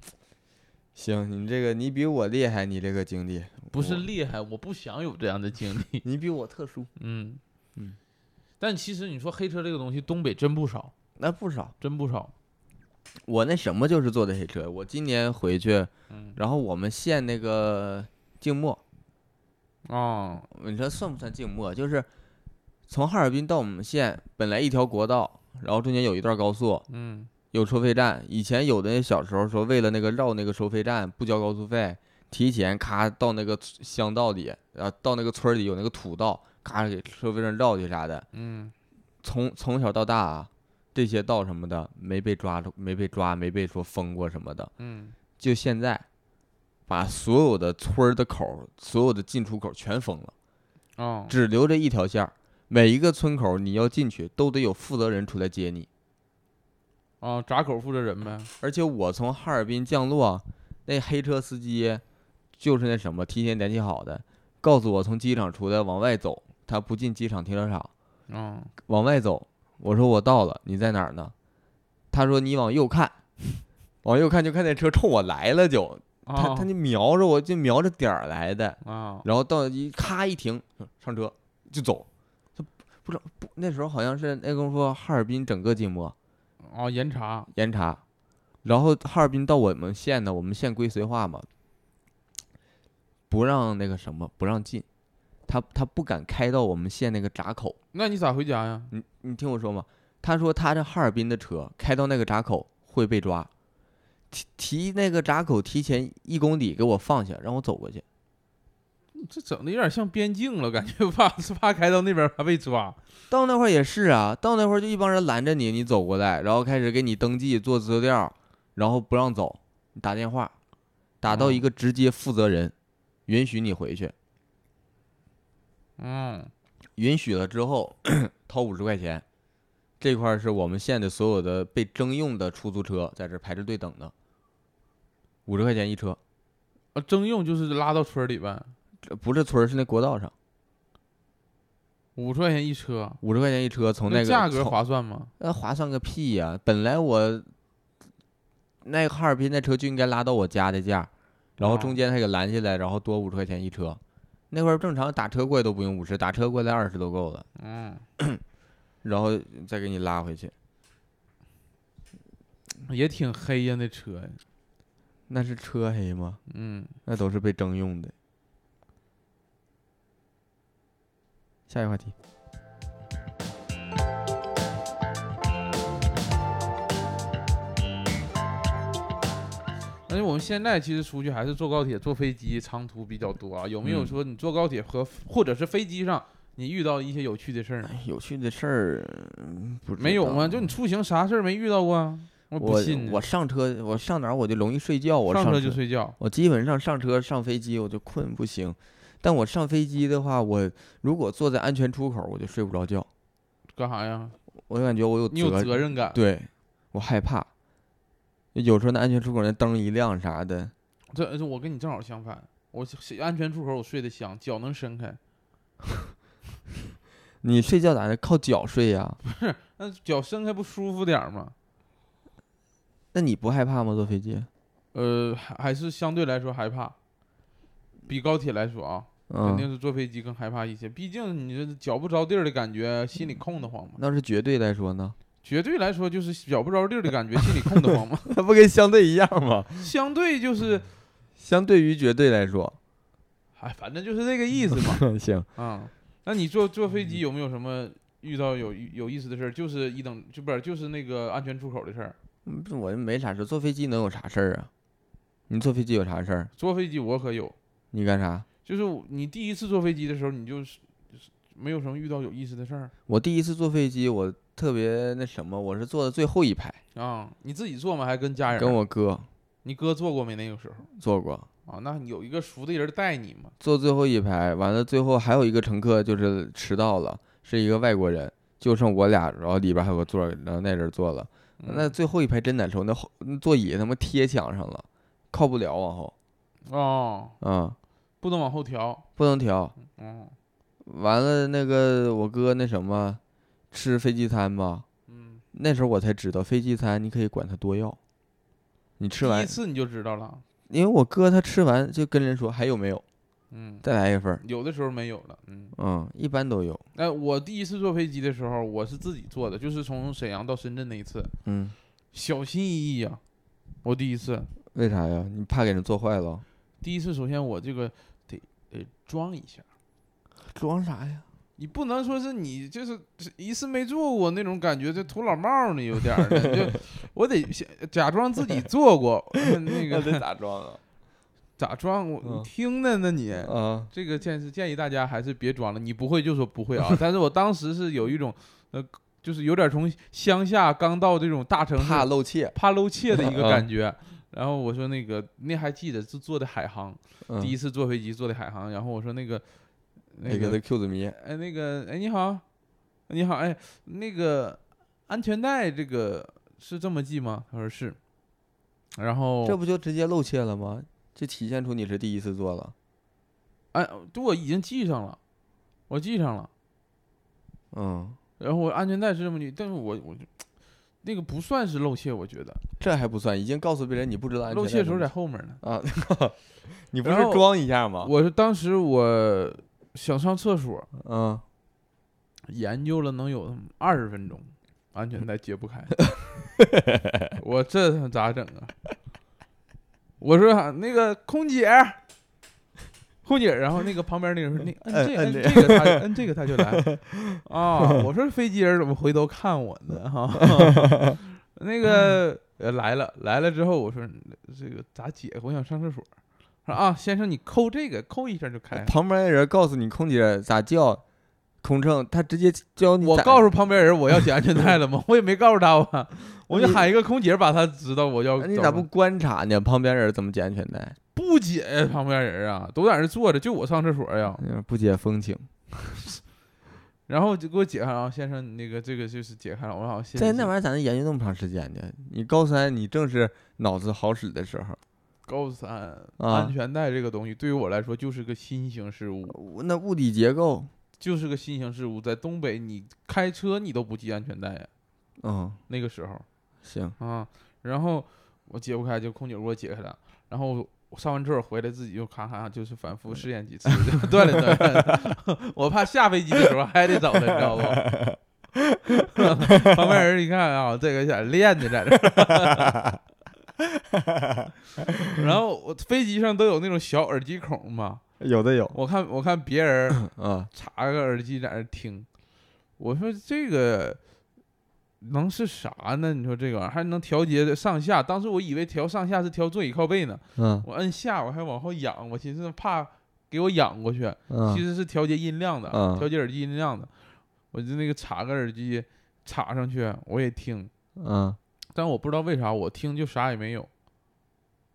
行，你这个你比我厉害，你这个经历不是我厉害，我不想有这样的经历。你比我特殊，嗯嗯，但其实你说黑车这个东西，东北真不少，那不少。真不少。我那什么就是坐的黑车，我今年回去，嗯然后我们县那个静默，啊，你说算不算静默？就是从哈尔滨到我们县，本来一条国道，然后中间有一段高速，嗯有收费站。以前有的那小时候说，为了那个绕那个收费站不交高速费，提前咔到那个村乡道里，然后到那个村儿里有那个土道，咔给收费站绕去啥的。嗯，从从小到大啊，这些道什么的没被抓住，没被抓，没被说封过什么的。嗯，就现在，把所有的村儿的口儿、所有的进出口全封了。哦，只留这一条线儿，每一个村口你要进去都得有负责人出来接你。啊，闸口负责人呗。而且我从哈尔滨降落，那黑车司机就是那什么提前联系好的，告诉我从机场出来往外走，他不进机场停车场，嗯，往外走。我说我到了，你在哪儿呢？他说你往右看，往右看就看那车冲我来了就，他啊他就瞄着我就瞄着点儿来的，啊，然后到一咔一停，上车就走，就不知道不那时候好像是那功夫哈尔滨整个禁摩哦，严查，严查，然后哈尔滨到我们县呢，我们县归绥化嘛，不让那个什么不让进，他他不敢开到我们县那个闸口，那你咋回家呀？你你听我说嘛，他说他这哈尔滨的车开到那个闸口会被抓，提提那个闸口提前一公里给我放下，让我走过去。这整的有点像边境了，感觉怕 *laughs* 是怕开到那边儿怕被抓。到那会儿也是啊，到那会儿就一帮人拦着你，你走过来，然后开始给你登记做资料，然后不让走，你打电话，打哦到一个直接负责人，允许你回去，嗯，允许了之后 *clears throat* 掏五十块钱，这块儿是我们县的所有的被征用的出租车在这排着队等呢，五十块钱一车，啊，征用就是拉到村儿里呗，这不是村儿是那国道上，五十块钱一车，五十块钱一车从那个价格从划算吗？那呃划算个屁呀、本来我那哈尔滨那车就应该拉到我家的价，然后哦中间他给拦下来，然后多五十块钱一车。那会儿正常打车过来都不用五十，打车过来二十都够了，嗯， *clears throat* 然后再给你拉回去。也挺黑呀，那车呀。那是车黑吗？嗯，那都是被征用的。下一个话题，而且我们现在其实出去还是坐高铁、坐飞机长途比较多啊。有没有嗯说你坐高铁和或者是飞机上，你遇到一些有趣的事儿呢？有趣的事儿嗯哎不知没有道吗？就你出行啥事儿没遇到过啊？我不我信呢，我上车，我上哪儿我就容易睡觉，我上车车就睡觉。我基本上上车上飞机我就困不行，但我上飞机的话，我如果坐在安全出口，我就睡不着觉，干啥呀？我感觉我有你有责任，任感。对我害怕。有时候那安全出口那灯一亮啥的，这这我跟你正好相反，我是安全出口我睡得香，脚能伸开，你睡觉咋的？靠脚睡呀？那脚伸开不舒服点儿吗？那你不害怕吗？坐飞机？呃，还还是相对来说害怕，比高铁来说啊，肯定嗯，是坐飞机更害怕一些。毕竟你这脚不着地儿的感觉，心里空得慌嘛。那是绝对来说呢？ *laughs* 绝对来说就是脚不着地儿的感觉，心里空得 *laughs* 慌嘛。那不跟相对一样吗？相对就是，相对于绝对来说， *laughs* 哎，反正就是这个意思嘛。嗯行， *laughs* 啊、那你坐坐飞机有没有什么遇到有有意思的事儿？就是一等就不是就是那个安全出口的事儿。嗯不是我没啥事儿，坐飞机能有啥事儿啊？你坐飞机有啥事儿？坐飞机我可有，你干啥？就是我你第一次坐飞机的时候，你就是就是没有什么遇到有意思的事儿我第一次坐飞机，我特别那什么，我是坐的最后一排，啊、你自己坐吗？还跟家人？啊跟我哥你哥坐过没？那个时候坐过，啊，那有一个熟的人带你嘛？坐最后一排。完了，最后还有一个乘客就是迟到了，是一个外国人，就剩我俩，然后里边还有个座儿，然后那人坐了。嗯那最后一排真难受，那后那座椅他妈贴墙上了，靠不了往后，哦，嗯，不能往后调。不能调。嗯完了，那个我哥那什么，吃飞机餐吧，嗯，那时候我才知道飞机餐你可以管他多要，你吃第一完，次你就知道了。因为我哥他吃完就跟人说还有没有，嗯，再来一份儿，有的时候没有了。嗯，嗯，一般都有，哎，我第一次坐飞机的时候，我是自己坐的，就是从沈阳到深圳那一次，嗯，小心翼翼呀、我第一次，为啥呀？你怕给人做坏了？第一次，首先我这个得得装一下，装啥呀？你不能说是你就是一次没做过那种感觉，就土老帽儿呢有点儿的， *laughs* 就我得先假装自己做过，*laughs* 嗯那那得个咋装啊？咋装我嗯你听呢？那你啊，这个建议建议大家还是别装了，你不会就说不会啊。 *laughs* 但是我当时是有一种呃，就是有点从乡下刚到这种大城市怕露怯，怕露怯的一个嗯感觉。然后我说那个那还记得是坐的海航，嗯第一次坐飞机坐的海航，然后我说那个那那个个的 Q 字迷，哎那个哎你好，你好哎那个安全带这个是这么系吗？他说是，然后这不就直接露怯了吗？这体现出你是第一次做了，哎对我已经系上了，我系上了，嗯，然后我安全带是这么系，但是我我就那个不算是露怯，我觉得这还不算，已经告诉别人你不知道安全露带怯的什时候么在后面呢。啊，你不是然后装一下吗？我是当时我想上厕所，嗯，研究了能有二十分钟，安全带解不 *laughs* 开，我这咋整啊？我说、啊、那个空姐儿，空姐儿，然后那个旁边那个人说，那 *laughs* 摁这摁摁这个他摁这个他就来 *laughs* 啊！我说飞机人怎么回头看我呢？ *laughs* 哈、那个呃来了来了之后，我说这个咋解？我想上厕所。说啊，先生，你抠这个，抠一下就开了。旁边的人告诉你空姐咋叫，空乘他直接教你咋。我告诉旁边人我要系安全带了吗？我也没告诉他吧，我就你喊一个空姐把他知道我要那找。哎你咋不观察呢？旁边人怎么系安全带？不解呀？旁边人啊，都在那坐着，就我上厕所呀。那嗯不解风情，然后就给我解开了啊，先生，你那个这个就是解开了。我好谢谢。在那玩意儿咋能研究那么长时间呢？你高三你正是脑子好使的时候，高三啊安全带这个东西对于我来说就是个新型事物，我那物理结构，就是个新型事物。在东北，你开车你都不系安全带呀，嗯，那个时候。行，啊，然后我解不开，就空姐给我解开了。然后我上完厕所回来，自己又咔咔就是反复试验几次，就锻炼锻炼。 *laughs* 我怕下飞机的时候还得找他，你知道不？ *laughs* 旁边人一看啊，这个想练的在这儿。 *laughs* 然后我飞机上都有那种小耳机孔嘛，有的有我看我看别人儿啊，插个耳机在那儿听，我说这个能是啥呢？你说这个玩意儿还能调节上下，当时我以为调上下是调座椅靠背呢，嗯我摁下我还往后仰，我寻思怕给我仰过去，其嗯，实是调节音量的，嗯调节耳机音量的。我就那个插个耳机插上去，我也听，嗯，但我不知道为啥我听就啥也没有，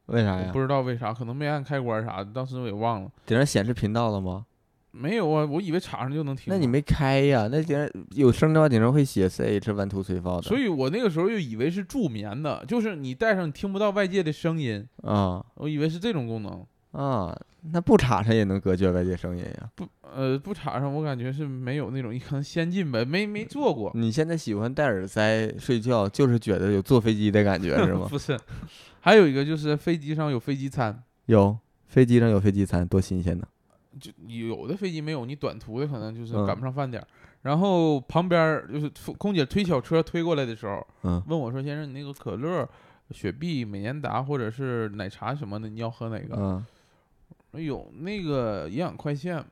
为啥我哎呀不？知道为啥，可能没按开关啥的，当时我也忘了。顶上显示频道了吗？没有啊，我以为插上就能听。那你没开呀？那顶上有声的话，顶上会写 C H 完图随放的。所以我那个时候就以为是助眠的，就是你戴上你听不到外界的声音，啊，我以为是这种功能。啊，那不插上也能隔绝外界声音呀。不，呃，不插上，我感觉是没有那种，可能先进呗，没没做过，你现在喜欢戴耳塞睡觉，就是觉得有坐飞机的感觉是吗？ *laughs* 不是。还有一个就是飞机上有飞机餐，有，飞机上有飞机餐，多新鲜呢。就有的飞机没有，你短途的可能就是嗯赶不上饭点儿。然后旁边儿就是空姐推小车推过来的时候，嗯问我说：“先生，你那个可乐、雪碧、美年达或者是奶茶什么的，你要喝哪个？”嗯，有那个营养快线嘛？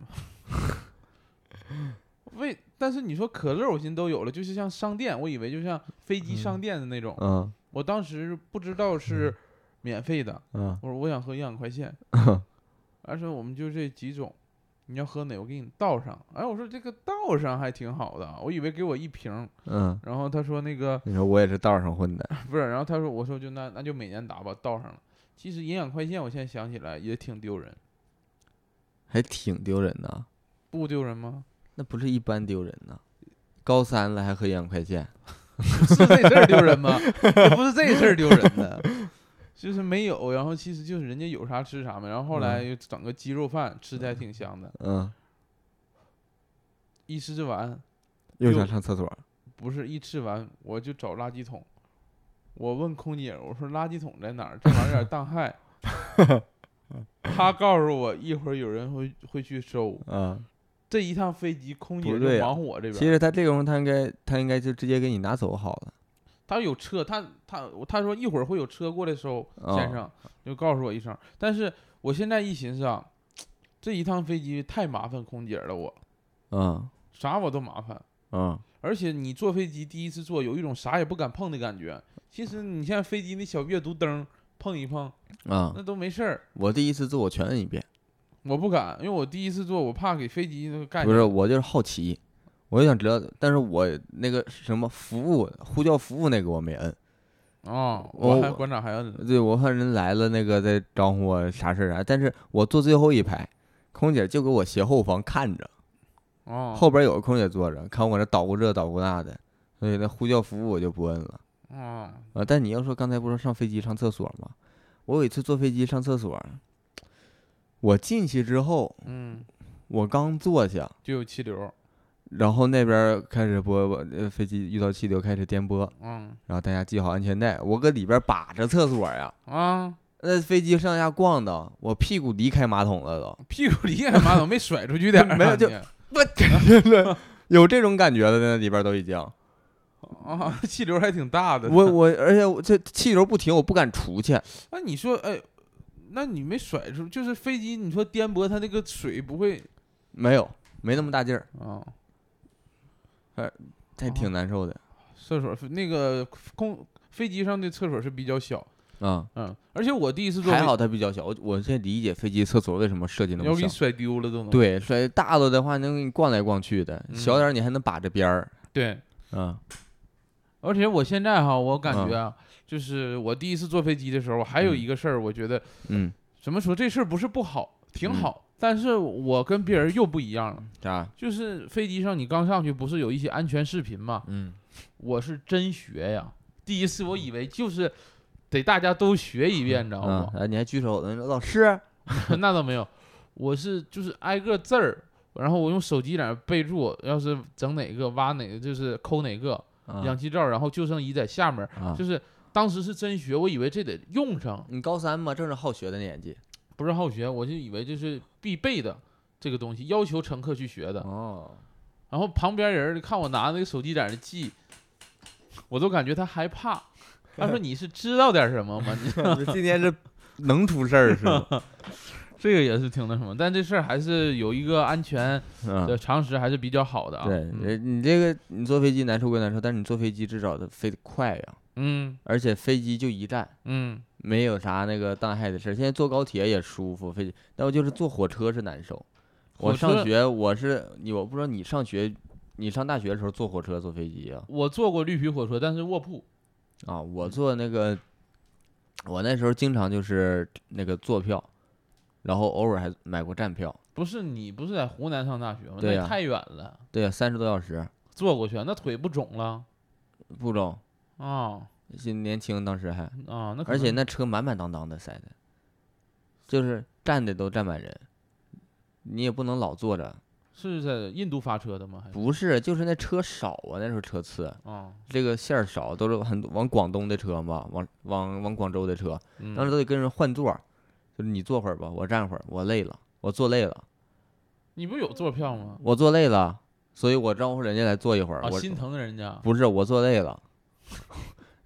为，但是你说可乐，我寻思都有了，就是像商店，我以为就像飞机商店的那种，嗯我当时不知道是免费的，嗯我说我想喝营养快线，而且我们就这几种，你要喝哪我给你倒上。哎，我说这个倒上还挺好的，我以为给我一瓶，嗯，然后他说那个你说我也是道上混的，不是，然后他说我说就那那就每年打吧，倒上了。其实营养快线我现在想起来也挺丢人，还挺丢人的。不丢人吗？那不是一般丢人呐，高三了还喝烟快线， *laughs* 是这事儿丢人吗？也不是这事儿丢人的，就是没有。然后其实就是人家有啥吃啥嘛。然后后来又整个鸡肉饭，吃的还挺香的。嗯，一吃完又又想上厕所，不是一吃完，我就找垃圾桶。我问空姐，我说垃圾桶在哪儿？这玩意儿有点 *laughs* 当害。她告诉我，一会儿有人会会去收。啊，这一趟飞机，空姐不就对啊忙我这其边。实他这个功夫他应该他应该就直接给你拿走好了，她有车，她她她说一会儿会有车过来收。先啊生就告诉我一声。但是我现在一寻思啊，这一趟飞机太麻烦空姐了我，嗯啥我都麻烦。嗯而且你坐飞机第一次坐，有一种啥也不敢碰的感觉。其实你像飞机那小阅读灯碰一碰，啊那，都没事儿。我第一次做我全摁一遍，我不敢，因为我第一次坐，我怕给飞机那个盖。不是，我就是好奇，我就想知道，但是我那个什么服务呼叫服务那个我没摁，啊、我呃我还馆长还摁了。对我怕人来了那个再招呼我啥事儿啊，但是我坐最后一排，空姐就给我斜后方看着。啊、后边有个空姐坐着，看我搁这捣鼓这捣鼓那的，所以那呼叫服务我就不摁了啊、啊。但你要说刚才不是说上飞机上厕所吗？我有一次坐飞机上厕所，我进去之后，嗯，我刚坐下，就有气流。然后那边开始播，我呃飞机遇到气流开始颠簸，嗯然后大家系好安全带，我搁里边把着厕所呀。啊，那飞机上下逛的，我屁股离开马桶了都，屁股离开马桶没甩出去点儿啊没有就你有这种感觉了，那里边都已经。啊， *laughs* 气流还挺大的。我我，而且我这气流不停，我不敢出去。那你说，哎，那你没甩出，就是飞机，你说颠簸，它那个水不会没有，没那么大劲儿，啊？还挺难受的厕所那个空飞机上的厕所是比较小，啊、嗯，而且我第一次坐飞，还好它比较小，我我现在理解飞机厕所为什么设计那要么给小你。甩丢了都能。对，摔大了的话能给你逛来逛去的，嗯小点儿你还能把着边儿。对嗯而且我现在哈，我感嗯觉啊，就是我第一次坐飞机的时候，我还有嗯一个事儿，我觉得嗯，怎么说这事儿不是不好，挺嗯好，但是我跟别人又不一样了。啥？就是飞机上你刚上去不是有一些安全视频吗？嗯我是真学呀，第一次我以为就是得大家都学一遍，你知道啊吗，？哎你还举手呢，你说老师， *laughs* 那倒没有，我是就是挨个字儿，然后我用手机在那儿备注，要是整哪个挖哪个，就是抠哪个啊氧气罩，然后救生衣在下面儿，啊，就是当时是真学，我以为这得用上，你高三嘛，正是好学的年纪。不是好学，我就以为这是必备的这个东西，要求乘客去学的。哦，然后旁边人儿看我拿那个手机在那儿记，我都感觉他害怕。他说：“你是知道点儿什么吗？”你哦 *laughs* 今天是能出事儿是 *laughs* 吗？这个也是挺那什么，但这事儿还是有一个安全的嗯。常识还是比较好的啊。对，呃嗯人你这个你坐飞机难受归难受，但是你坐飞机至少得飞得快呀，嗯而且飞机就一站，嗯，没有啥那个当害的事儿。现在坐高铁也舒服，飞机，但我就是坐火车是难受。我火上车学我是你，我不知道你上学，你上大学的时候坐火车坐飞机啊？我坐过绿皮火车，但是卧铺嗯啊，我坐那个，我那时候经常就是那个坐票，然后偶尔还买过站票。不是你不是在湖南上大学吗？对那呀太远了，对呀、三十多小时，坐过去那腿不肿了不中，啊是年轻当时还，啊！那可而且能那车满满当当的塞的，就是站的都站满人，你也不能老坐着。是在印度发车的吗？还是不是，就是那车少啊，那时候车次，啊，这个线儿少，都是很多往广东的车嘛，往往往广州的车，嗯当时都得跟人换座儿，就是你坐会儿吧，我站会儿，我累了，我坐累了，你不有座票吗？我坐累了，所以我招呼人家来坐一会儿。啊，我心疼人家，不是我坐累了，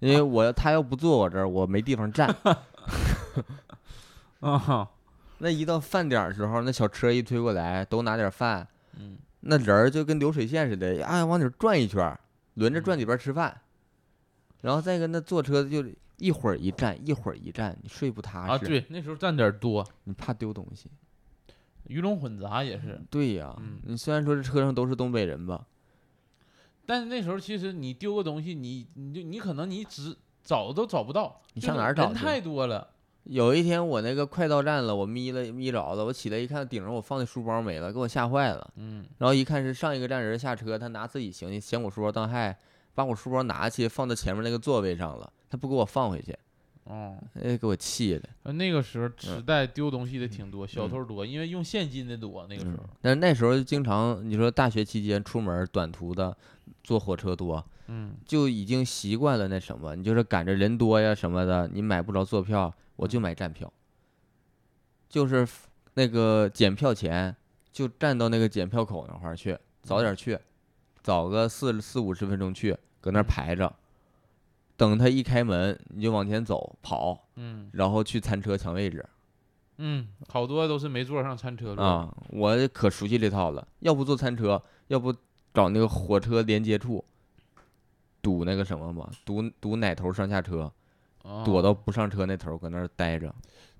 因为我要他要不坐我这儿，我没地方站。 *laughs* 啊，那一到饭点儿的时候，那小车一推过来，都拿点饭，嗯，那人儿就跟流水线似的，哎，往里转一圈儿，轮着嗯转几边儿吃饭，然后再跟那坐车就一会儿一站，一会儿一站，你睡不踏实，啊，对，嗯那时候站点儿多，你怕丢东西。鱼龙混杂也是，对呀、嗯你虽然说这车上都是东北人吧，但是那时候其实你丢个东西，你你就你可能你只找都找不到，你就上是哪儿找人去太多了，有一天我那个快到站了，我眯了眯着了，我起来一看顶上我放的书包没了，给我吓坏了。嗯，然后一看是上一个站人下车，他拿自己行李嫌我书包当害，把我书包拿去放到前面那个座位上了，他不给我放回去，哦，哎，给我气的。呃那个时候时代丢东西的挺嗯多，小偷多，因为用现金的多，那个时候，但是那时候就经常，你说大学期间出门短途的，坐火车多，嗯，就已经习惯了那什么，你就是赶着人多呀什么的，你买不着坐票，我嗯就买站票，就是那个检票前就站到那个检票口那块儿去，早点去，早个四四五十分钟去，搁那儿嗯排着，等他一开门你就往前走跑，嗯然后去餐车抢位置。嗯，好多都是没坐上餐车路，啊，我可熟悉这套了。要不坐餐车，要不找那个火车连接处，堵那个什么嘛，堵堵哪头上下车，啊躲到不上车那头，搁那儿待着。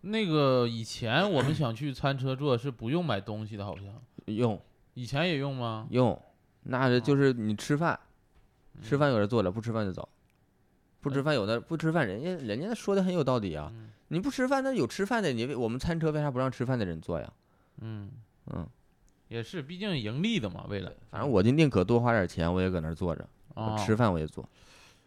那个以前我们想去餐车坐是不用买东西的，好像用以前也用吗？用，那这就是你吃饭，吃哦嗯哎饭有人坐着，不吃饭就走。不吃饭有的不吃饭，人家人家说的很有道理啊。嗯你不吃饭，那有吃饭的，你为我们餐车为啥不让吃饭的人坐呀？嗯，嗯，也是，毕竟盈利的嘛，为了反正我就宁可多花点钱，我也搁那儿坐着，我啊，吃饭我也坐。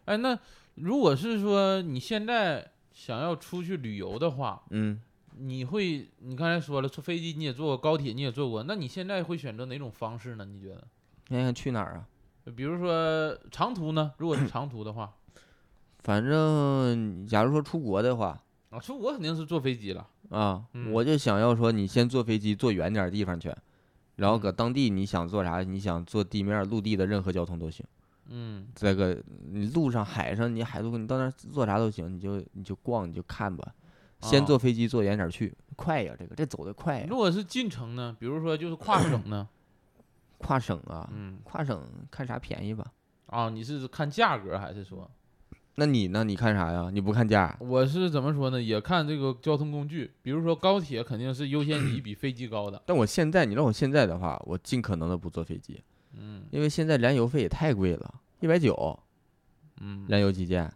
哎，那如果是说你现在想要出去旅游的话，嗯，你会，你刚才说了，坐飞机你也坐过，高铁你也坐过，那你现在会选择哪种方式呢？你觉得？看看去哪儿啊？比如说长途呢，如果是长途的话，反正假如说出国的话啊，出国肯定是坐飞机了。啊，嗯我就想要说你先坐飞机坐远点儿地方去，然嗯后搁当地你想做啥，你想坐地面儿、陆地的任何交通都行。嗯，再个你路上、海上，你海路你到那儿做啥都行，你就你就逛你就看吧。先啊嗯坐飞机坐远点儿去，快呀，这个这走的快呀如，果是近程呢，比如说就是跨省呢，跨省啊，嗯，跨省看啥便宜吧。啊，你是看价格还是说？那你呢？你看啥呀？你不看价啊儿？我是怎么说呢？也看这个交通工具，比如说高铁肯定是优先级比飞机高的 *clears throat* ，但我现在，你让我现在的话，我尽可能的不坐飞机，嗯因为现在燃油费也太贵了，一百九。嗯，燃油基建，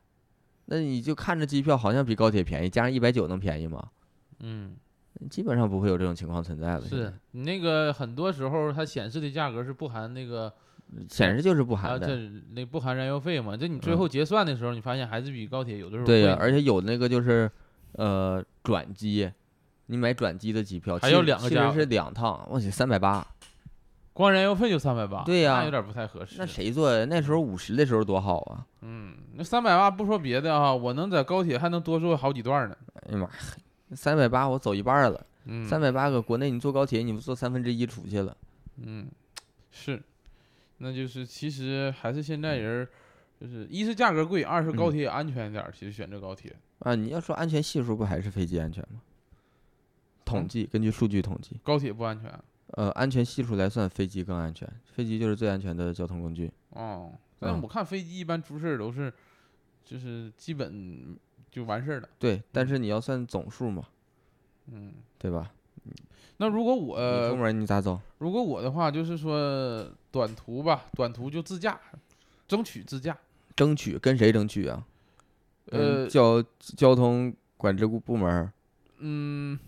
那你就看着机票好像比高铁便宜，加上一百九能便宜吗？嗯，基本上不会有这种情况存在了。现是你那个很多时候它显示的价格是不含那个在显示就是不啊，含这的。那不含燃油费嘛？这你最嗯后结算的时候，你发现还是比高铁有的时候对呀、贵而且有那个就是，呃，转机，你买转机的机票，还其有实两个其价实是两趟，我去三百八，光燃油费就三百八，对呀那有点不太合适。那谁坐呀？那时候五十的时候多好啊！嗯，那三百八不说别的啊，我能在高铁还能多坐好几段呢。哎呀妈，三百八我走一半儿了，嗯，三百八搁国内你坐高铁你不坐三分之一出去了，嗯，是，那就是其实还是现在人儿，就是一是价格贵，二是高嗯铁也安全一点儿。其实选择高铁，啊，你要说安全系数不还是飞机安全吗？统计根据数据统计。高铁不安全。呃，安全系数来算，飞机更安全。飞机就是最安全的交通工具。哦，但嗯我看飞机一般出事儿都是，就是基本就完事儿了。对，但是你要算总数嘛，嗯，呃对吧？那如果我你出门你咋走？如果我的话，就是说短途吧，短途就自驾，争取自嗯驾。争取跟谁争取啊？呃嗯，交交通管制部部门儿嗯，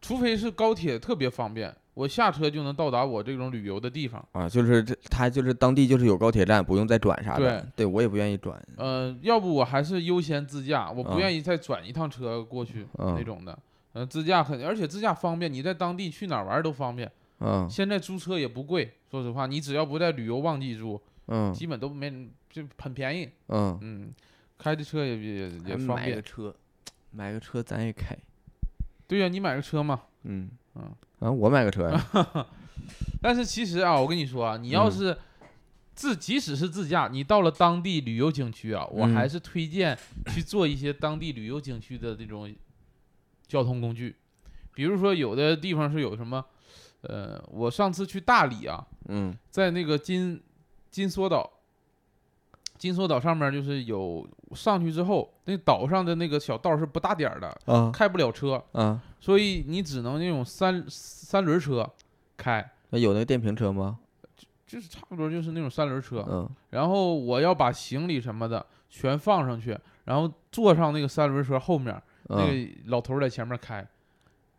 除非是高铁特别方便，我下车就能到达我这种旅游的地方。啊，就是这，他就是当地就是有高铁站，不用再转啥的。对，我也不愿意转。呃，要不我还是优先自驾，我不啊愿意再转一趟车过去、嗯那种的。呃，自驾很，而且自驾方便，你在当地去哪儿玩儿都方便。嗯现在租车也不贵，说实话，你只要不在旅游旺季租，嗯基本都没就很便宜。嗯，嗯，开的车也也也咱方买个便。车，买个车咱也开，对呀、你买个车嘛。嗯嗯啊，我买个车 *laughs* 呀，但是其实啊，我跟你说啊，你要嗯是自、即使是自驾，你到了当地旅游景区啊，我嗯还是推荐去做一些当地旅游景区的这种交通工具，比如说有的地方是有什么，呃，我上次去大理啊，嗯在那个金金梭岛。金梭岛上面就是有上去之后，那岛上的那个小道是不大点儿的，啊开不了车，啊，所以你只能那种三三轮车开。那有那个电瓶车吗？就是差不多就是那种三轮车，嗯然后我要把行李什么的全放上去，然后坐上那个三轮车后面，那嗯个老头儿在前面开，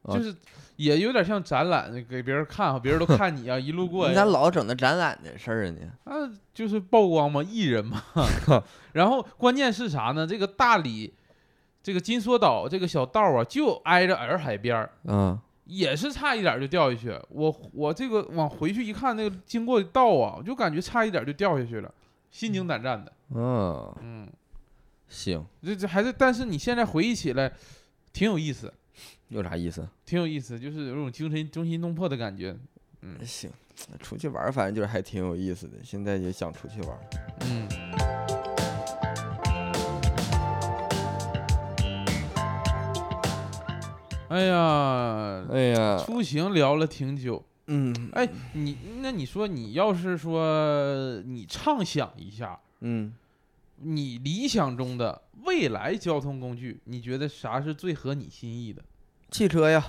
啊就是也有点像展览，给别人看，别人都看你啊，一 *laughs* 路过你呀咋，老整那展览的事儿啊你？啊，就是曝光嘛，艺 *laughs* 人嘛。然后关键是啥呢？这个大理，这个金梭岛这个小道啊，就挨着洱海边儿。嗯也是差一点就掉下去，我我这个往回去一看，那个经过的道啊，我就感觉差一点就掉下去了，心惊胆战的。嗯，嗯，行，这这还是，但是你现在回忆起来，挺有意思，有啥意思？挺有意思，就是有种精神惊心动魄的感觉。行，出去玩儿反正就是还挺有意思的，现在也想出去玩儿。嗯，哎呀，哎呀，出行聊了挺久。嗯哎，你那你说你要是说你畅想一下，嗯，你理想中的未来交通工具，你觉得啥是最合你心意的？汽车呀，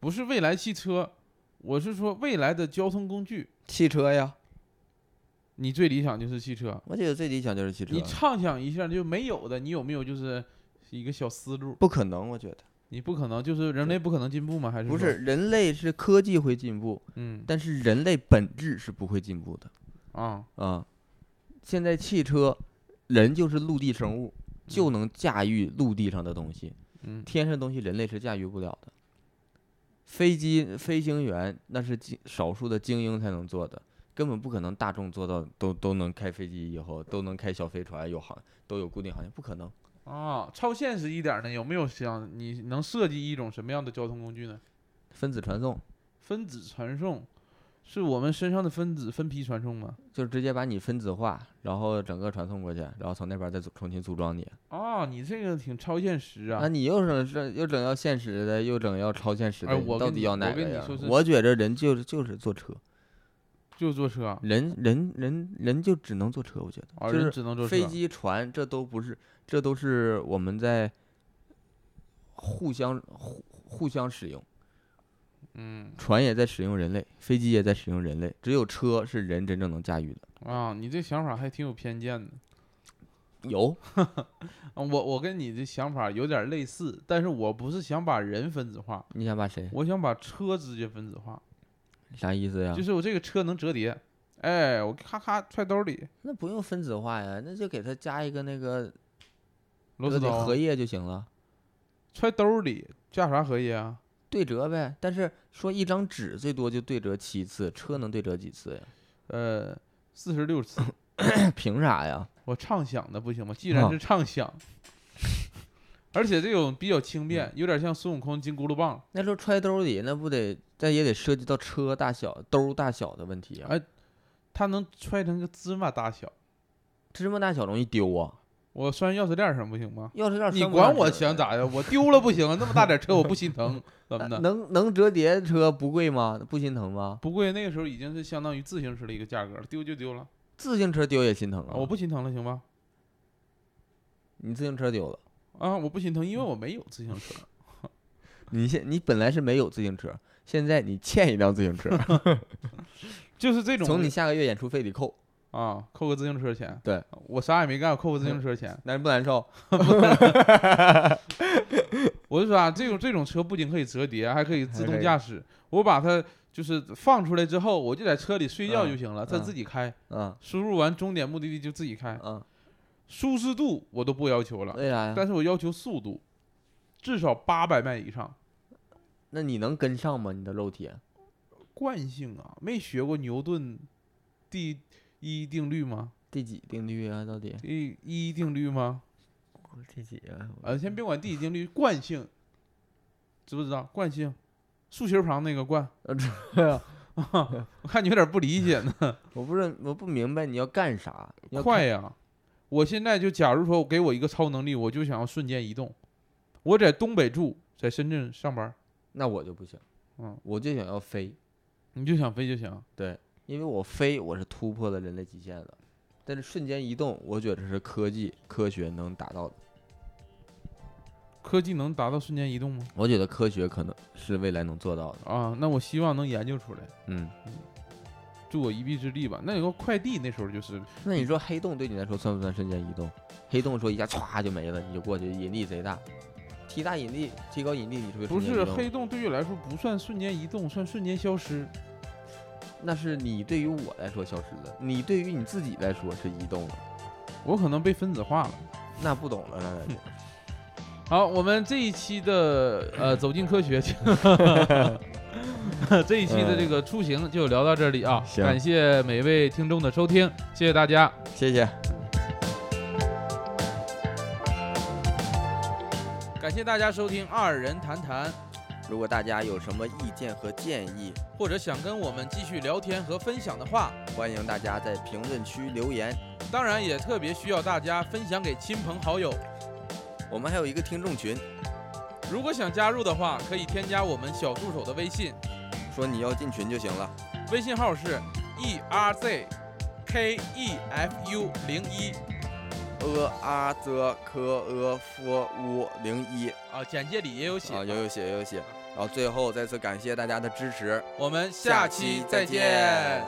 不是未来汽车，我是说未来的交通工具，汽车呀，你最理想就是汽车。我觉得最理想就是汽车你。畅想一下，就没有的，你有没有就是一个小思路？不可能，我觉得你不可能就是人类不可能进步吗？还是不说是？人类是科技会进步，嗯但是人类本质是不会进步的啊啊。现在汽车，人就是陆地生物，就能驾驭陆地上的东西，嗯天上的东西人类是驾驭不了的。飞机飞行员那是精少数的精英才能做的，根本不可能大众做到都都能开飞机，以后都能开小飞船，有航都有固定航线，不可能。啊，超现实一点呢，有没有想你能设计一种什么样的交通工具呢？分子传送分子传送，是我们身上的分子分批传送吗？就是直接把你分子化，然后整个传送过去，然后从那边再组重新组装你。啊，你这个挺超现实啊那、！你又整这又整要现实的，又整要超现实的，哎你我到跟底你要我哪跟个你呀说？是我觉着人就是就是坐车，就坐车啊，人人人人就只能坐车，我觉得、啊就人是只能坐车。飞机、船，这都不是，这都是我们在互相互互相使用。嗯船也在使用人类，飞机也在使用人类，只有车是人真正能驾驭的。啊，你这想法还挺有偏见的。有，啊我我跟你的想法有点类似，但是我不是想把人分子化，你想把谁？我想把车直接分子化，啥意思呀？就是我这个车能折叠，哎，我咔咔揣兜里，那不用分子化呀，那就给它加一个那个螺丝得刀啊荷叶就行了，揣兜里，加啥荷叶啊？对折呗。但是说一张纸最多就对折七次，车能对折几次呀？呃，四十六次， *coughs* 凭啥呀？我畅想的不行吗？既然啊是 *laughs* 畅想，而且这种比较轻嗯便，有点像孙悟空金箍噜棒。那时候揣兜里，那不得，但也得涉及到车大小、兜大小的问题啊。哎它能揣成个芝麻大小，芝麻大小容易丢啊，要我拴钥匙链儿上不行吗？钥匙链儿你拴不管上我车想？咋的？我丢了不行啊，那么大点车我不 *laughs* 心疼，怎么呃的？能能折叠车不贵吗？不心疼吗？不贵，那个时候已经是相当于自行车的一个价格了，丢就丢了，自行车丢也心疼啊啊！我不心疼了，行吧？你自行车丢了，啊，我不心疼，因为我没有自行嗯车，你现你本来是没有自行车，现在你欠一辆自行 *laughs* 车，就是这种从你下个月演出费里扣，啊，扣个自行车钱，对嗯我啥也没干，我扣个自行车钱，难不难受？我就说啊，这种这种车不仅可以折叠，还可以自还可动以驾驶，我把它就是放出来之后，我就在车里睡觉就行了，它嗯自己开，嗯输入完终点目的地就自己开，嗯，舒适度我都不要求了，为啥呀？但是我要求速度，至少八百迈以上。那你能跟上吗？你的肉体？惯性啊，没学过牛顿第一定律吗？第几定律啊？到底第一定律吗？第几啊？啊，先别管第几定律，惯性，知不知道？惯性，竖心儿旁那个惯。 *laughs* 呃对啊， *laughs* 我看你有点不理解呢。我不是我不明白你要干啥？你要快看呀、我现在就假如说我给我一个超能力，我就想要瞬间移动。我在东北住，在深圳上班，那我就不行，嗯，我就想要飞，你就想飞就行。啊因为我飞我是突破了人类极限的，但是瞬间移动，我觉得是科技科学能达到的。科技能达到瞬间移动吗？我觉得科学可能是未来能做到的。啊，那我希望能研究出来，嗯，助我一臂之力吧。那有个快递，那时候就是那你说黑洞对你来说算不算瞬间移动？黑洞说一下歘就没了，你就过去，引力贼大，提大引力，提高引力，你是不是不瞬间移是动黑？洞对于来说不算瞬间移动，算瞬间消失。那是你对于我来说消失了，你对于你自己来说是移动了，我可能被分子化了。那不懂了，那就好，我们这一期的呃走进 *laughs* 科学，这一期的这个出行就聊到这里啊，行感谢每位听众的收听，谢谢大家。谢谢。感谢大家收听《二人谈谈》，如果大家有什么意见和建议，或者想跟我们继续聊天和分享的话，欢迎大家在评论区留言。当然也特别需要大家分享给亲朋好友。我们还有一个听众群，如果想加入的话，可以添加我们小助手的微信，说你要进群就行了。微信号是 e r z k e f u 零一呃啊则科呃夫乌零一啊，简介里也有写。啊，有有写有有写。然后最后再次感谢大家的支持，我们下期再见。